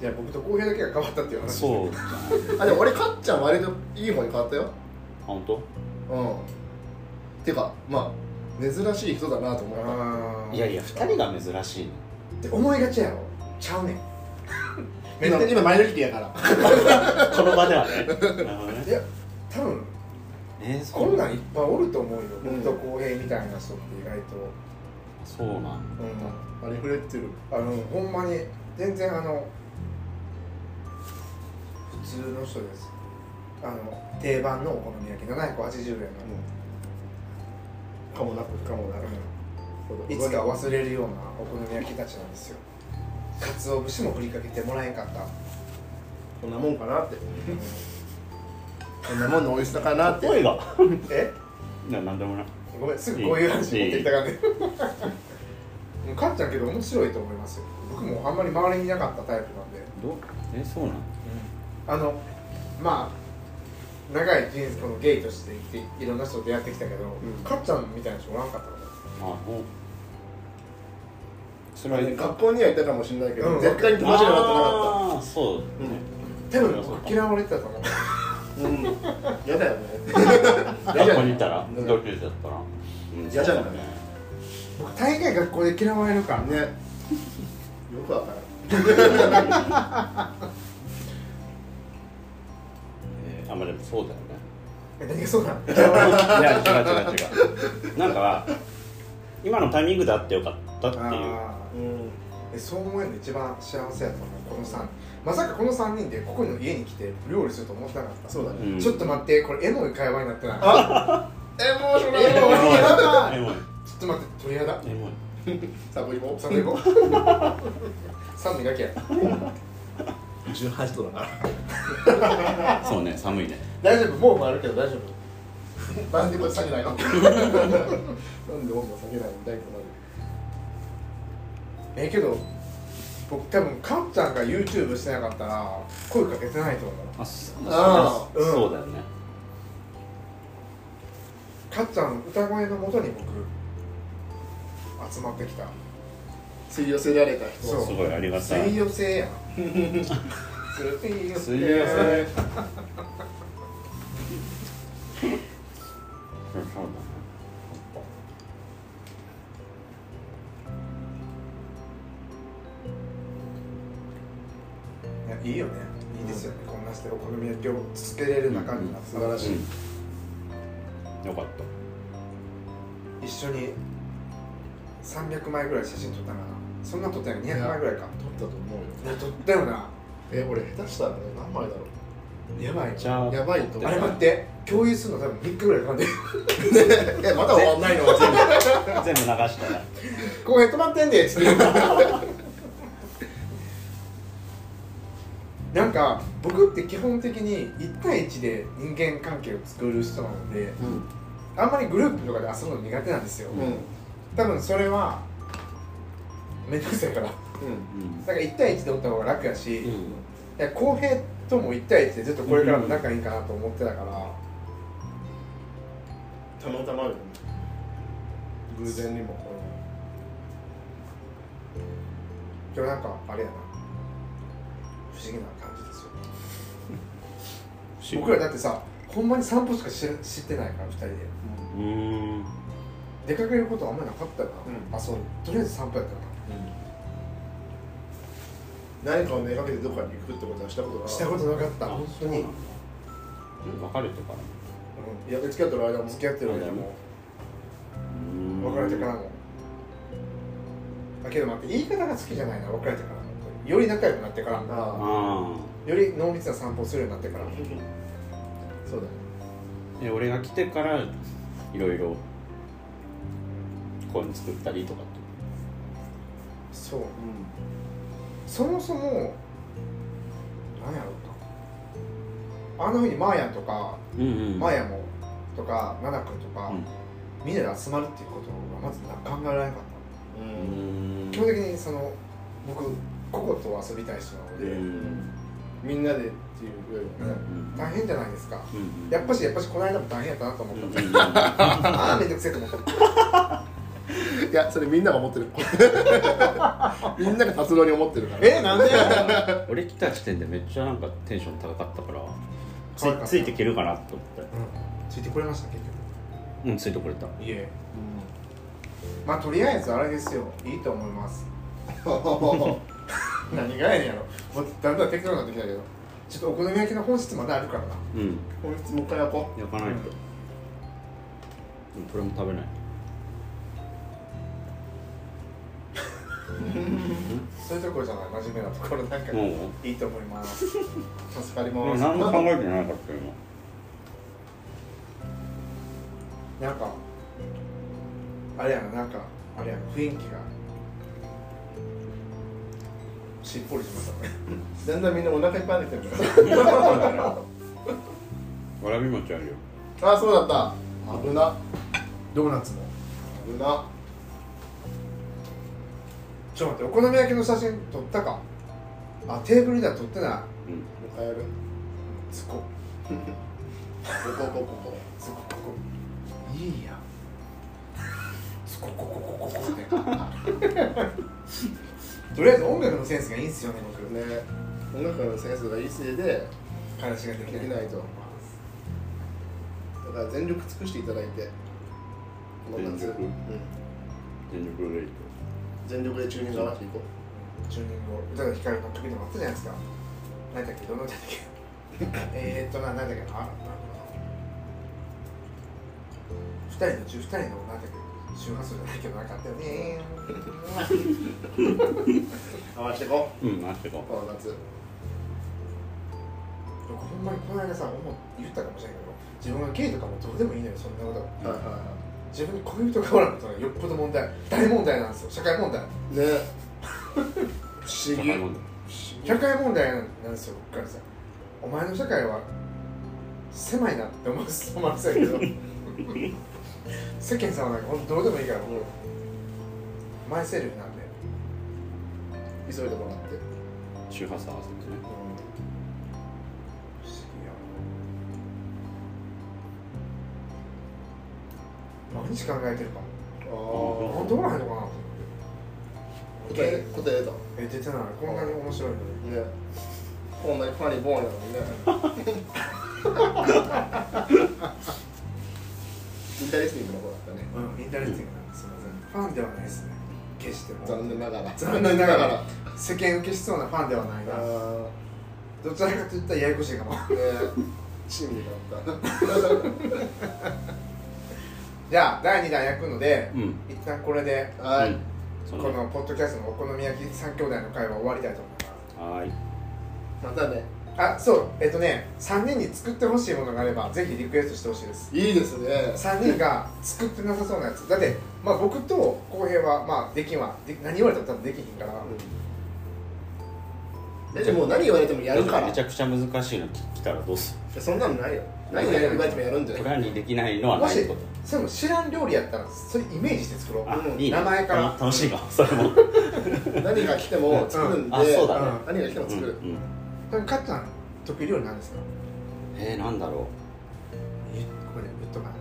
じゃあ僕と公平だけが変わったっていううん、話そうじゃないーあでも俺かっちゃん割といい方に変わったよあ本当うんてかまあ珍しい人だなと思ったあーいやいや2人が珍しいねって思いがちやろちゃうねんめっち今ゃ今マイノリティやからこの場ではねなるほどねいや多分えー、こそんうなんいっぱいおると思うよ、う僕んと公平みたいな人って意外と、そうなんうあれ触れてるん、あのほんまに全然あの普通の人ですあの定番のお好み焼き780円の、かもなくかもなくうんいつか忘れるようなお好み焼きたちなんですよ鰹節も振りかけてもらえんかったこんなもんかなってこんなもんの美味しさかなって声がえいやなんでもないごめんすぐこういう話持ってきたからねもうかっちゃんけど面白いと思いますよ僕もあんまり周りにいなかったタイプなんでどうえー、そうなんあのまあ長い人生このゲイとして生きていろんな人と出会ってきたけど、かっちゃんみたいな人おらんかったのあほうそれは学校にはいたかもしれないけど、うん絶対に友達にはなってなかっああーそうね、多分僕嫌われてたと思うたうん嫌だよね学校にいたらうん同級生だったらうん嫌じゃないそうだ僕大概学校で嫌われるからねねよくわからんえーあまあでもそうだよねえ何がそうなのいや違う違う違うなんか今のタイミングであってよかったっていうあうんーでそう思えるの一番幸せやと思うこの3人まさかこの3人でここの家に来て料理すると思ってなかったそうだねうんちょっと待ってこれエモい会話になってないえもうしょうがエモいないエモいちょっと待って鳥肌エモいサボイもサンドイゴ三味だけや18度だからそうね寒いね大丈夫もうもあるけど大丈夫なんでこれ下げないのなんで温度下げないの大根までええけど僕多分かんちゃんが YouTube してなかったら声かけてないと思うあそあそうそうだよねかっちゃんの歌声のもとに僕集まってきた吸い寄せられた人そうすごいありがた吸いい寄せ やん吸い寄せ水曜せそうだねいいよねいいですよね、こんなしてお好み焼きを続けれる中身が素晴らしい、うんよかった一緒に300枚ぐらい写真撮ったかなそんな撮ったよ200枚ぐらいか取ったと思うよいや撮ったよなえ俺下手したらね何枚だろやばいじゃあうやばいと思うあれ待って共有するの多分3日ぐらいかか んで えまだ終わんないの全全部部流したらこうやってまってんでっつって なんか僕って基本的に1対1で人間関係を作る人なのであんまりグループとかで遊ぶの苦手なんですよ、うんうん多分それはめんどくさいからだかうんうんら1対1でおった方が楽やし、うんいや浩平とも1対1でずっとこれからも仲いいかなと思ってたから、たまたまあるよね偶然にも今日なんかあれやな不思議な感じですよ僕らだってさほんまに散歩しか知ら知ってないから2人でうーん出かけることはあんまりなかったよな、うんあそうとりあえず散歩やったな何かをめがけてどこかに行くってことはしたことがしたことなかった本当に、うん、うん別れてからいや付き合ってる間も付き合ってる間も別れてからもだけど待って言い方が好きじゃないな別れてからもより仲良くなってからもああああより濃密な散歩をするようになってからもそうだねで俺が来てからいろいろこういうの作ったりとかってそうそもそもなんやろうなあんなふうにマーヤンとか、うんうんマーヤもとかナナ君とか、うんみんなで集まるっていうことがまずな考えられなかったううんん基本的にその僕個々と遊びたい人なのうで、んみんなでっていうよりうはねんうん大変じゃないですかうんやっぱしやっぱしこの間も大変やったなと思うっんた、うん ああめんどくせえと思った いやそれみんなが思 ってるみんなが達郎に思ってる からえなん で俺来た時点でめっちゃなんかテンション高かったから可愛かったつついていけるかなと思ってついてこれました結うんついてこれた局いえまあとりあえずあれですよいいと思います何がやねんやろもうだんだん適当になってきたけどちょっとお好み焼きの本質まだあるからなうんこいつもう一回やこ焼かないと、うん、これも食べないそういうところじゃない真面目なところなんかもういいと思いますう助かりでもます何も考えてなかったよなんかあれやななんかあれやな雰囲気がしっぽりしましたねだんだんみんなお腹いっぱいになってきてる今わらび餅あるよからあそうだった危なドーナツも危なちょっと待ってお好み焼きの写真撮ったかあテーブルでは撮ってないうんもう一回やるそここここここそこここいいやそここここ こことりあえず音楽のセンスがいいんすよね僕こね音楽のセンスがいいせいで彼氏がででききないないとだから全力尽くしていただいてこの夏全力うん全力でいいと全力でチューニング合わせていこチューニングを宇多田ヒカルの曲でもあったじゃないですか何だっけどの歌だっけえーっとな何だっけなあなんだろうな二人のうち二人の何だっけ周波数じゃないけどなんかあったよね回してこうん回してこうこの夏僕ほんまにこの間さ思う言ったかもしれないけど自分がゲイとかもどうでもいいのよそんなことう、はいは自分に恋人がおらんとよっぽど問題大問題なんですよ社会問題いはいね不思 社会議問題社会問題なんですよ僕からさお前の社会は狭いなって思う思わせたけど世間様なんかほんとどうでもいいからもうマイセルフなんで急いでもらって周波数合わせてね不思議やな毎日考えてるかもあなんでおらへんのかなと思あって答え答え出たえ出てないこんなに面白いのにねこんなにファニーボーンやの にねインタレスティングの子だったねうん、インタレスティングなんですすみませんファンではないですね決しても残念ながら残念ながら世間受けしそうなファンではないあなどちらかといったらややこしいかもー ね趣味だったじゃあ第2弾焼くので、うん一旦これではい、うんそこうねのポッドキャストのお好み焼き3兄弟の会は終わりたいと思いまはーいまたねすあそうえっとね3人に作ってほしいものがあればぜひリクエストしてほしいですいいですね3人が作ってなさそうなやつだって、まあ、僕と浩平は、まあ、できんわで何言われたら多分できひんから、でも何言われてもやるからめちゃくちゃ難しいの来たらどうすいやそんなのないよ何言われてもやるんじゃるプないランにできないのはもなしいことそれも知らん料理やったらそれイメージして作ろうあうんいいね名前から楽しいかもそれも何が来ても作るんで、あそうだね何が来ても作る、うんうんこれかっちゃん得意料理なんですかえー、なんだろえこれでぶっとかな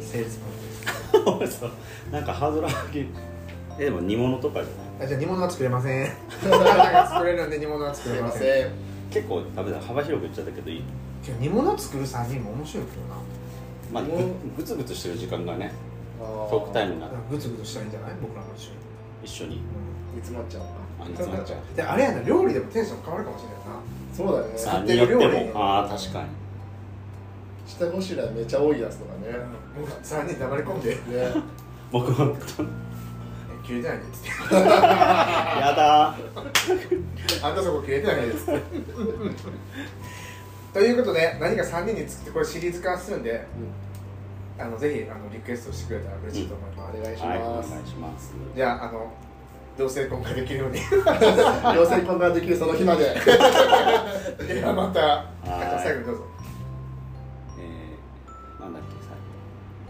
セールスポイントですう そうなんかハードル上げえでも煮物とかじゃないあじゃあ煮物は作れ ませんあなんか作れるんで煮物は作すいれまませんせん結構食べた幅広く言っちゃったけどいい今日煮物作る3人も面白いけどなまあぐうんぐつぐつしてる時間がねトトークタイムになるなんかグツグツしたらいいんじゃない僕らも一緒一緒に、に煮詰まっちゃうあ煮詰まっちゃうであれやな料理でもテンション変わるかもしれないなそうだねあ作ってによるって料理もああ確かに下ごしらえめちゃ多いやつとかねもう3人黙り込んで ね僕も 切れてないねっつって やだあんたそこ切れてないですってということで何か3人に作ってこれシリーズ化するんで、あのぜひあのリクエストしてくれたら嬉しいと思います、お願いしーはいおま願いす、しますじゃああの同性婚ができるように 両性婚ができるその日までではまたはいあ最後にどうぞえー、なんだっけ最後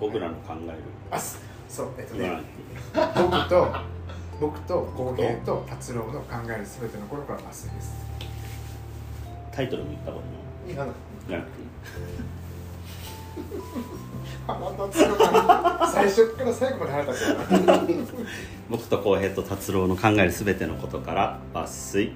僕らの考えるあすそうえっと今なねんて僕と僕と浩平と達郎の考える全ての頃から明日ですタイトルも言った方がいいのいいかなじゃなくていい腹立つよな最初から最後まで腹立つよな僕と浩平と達郎の考えるすべてのことから抜粋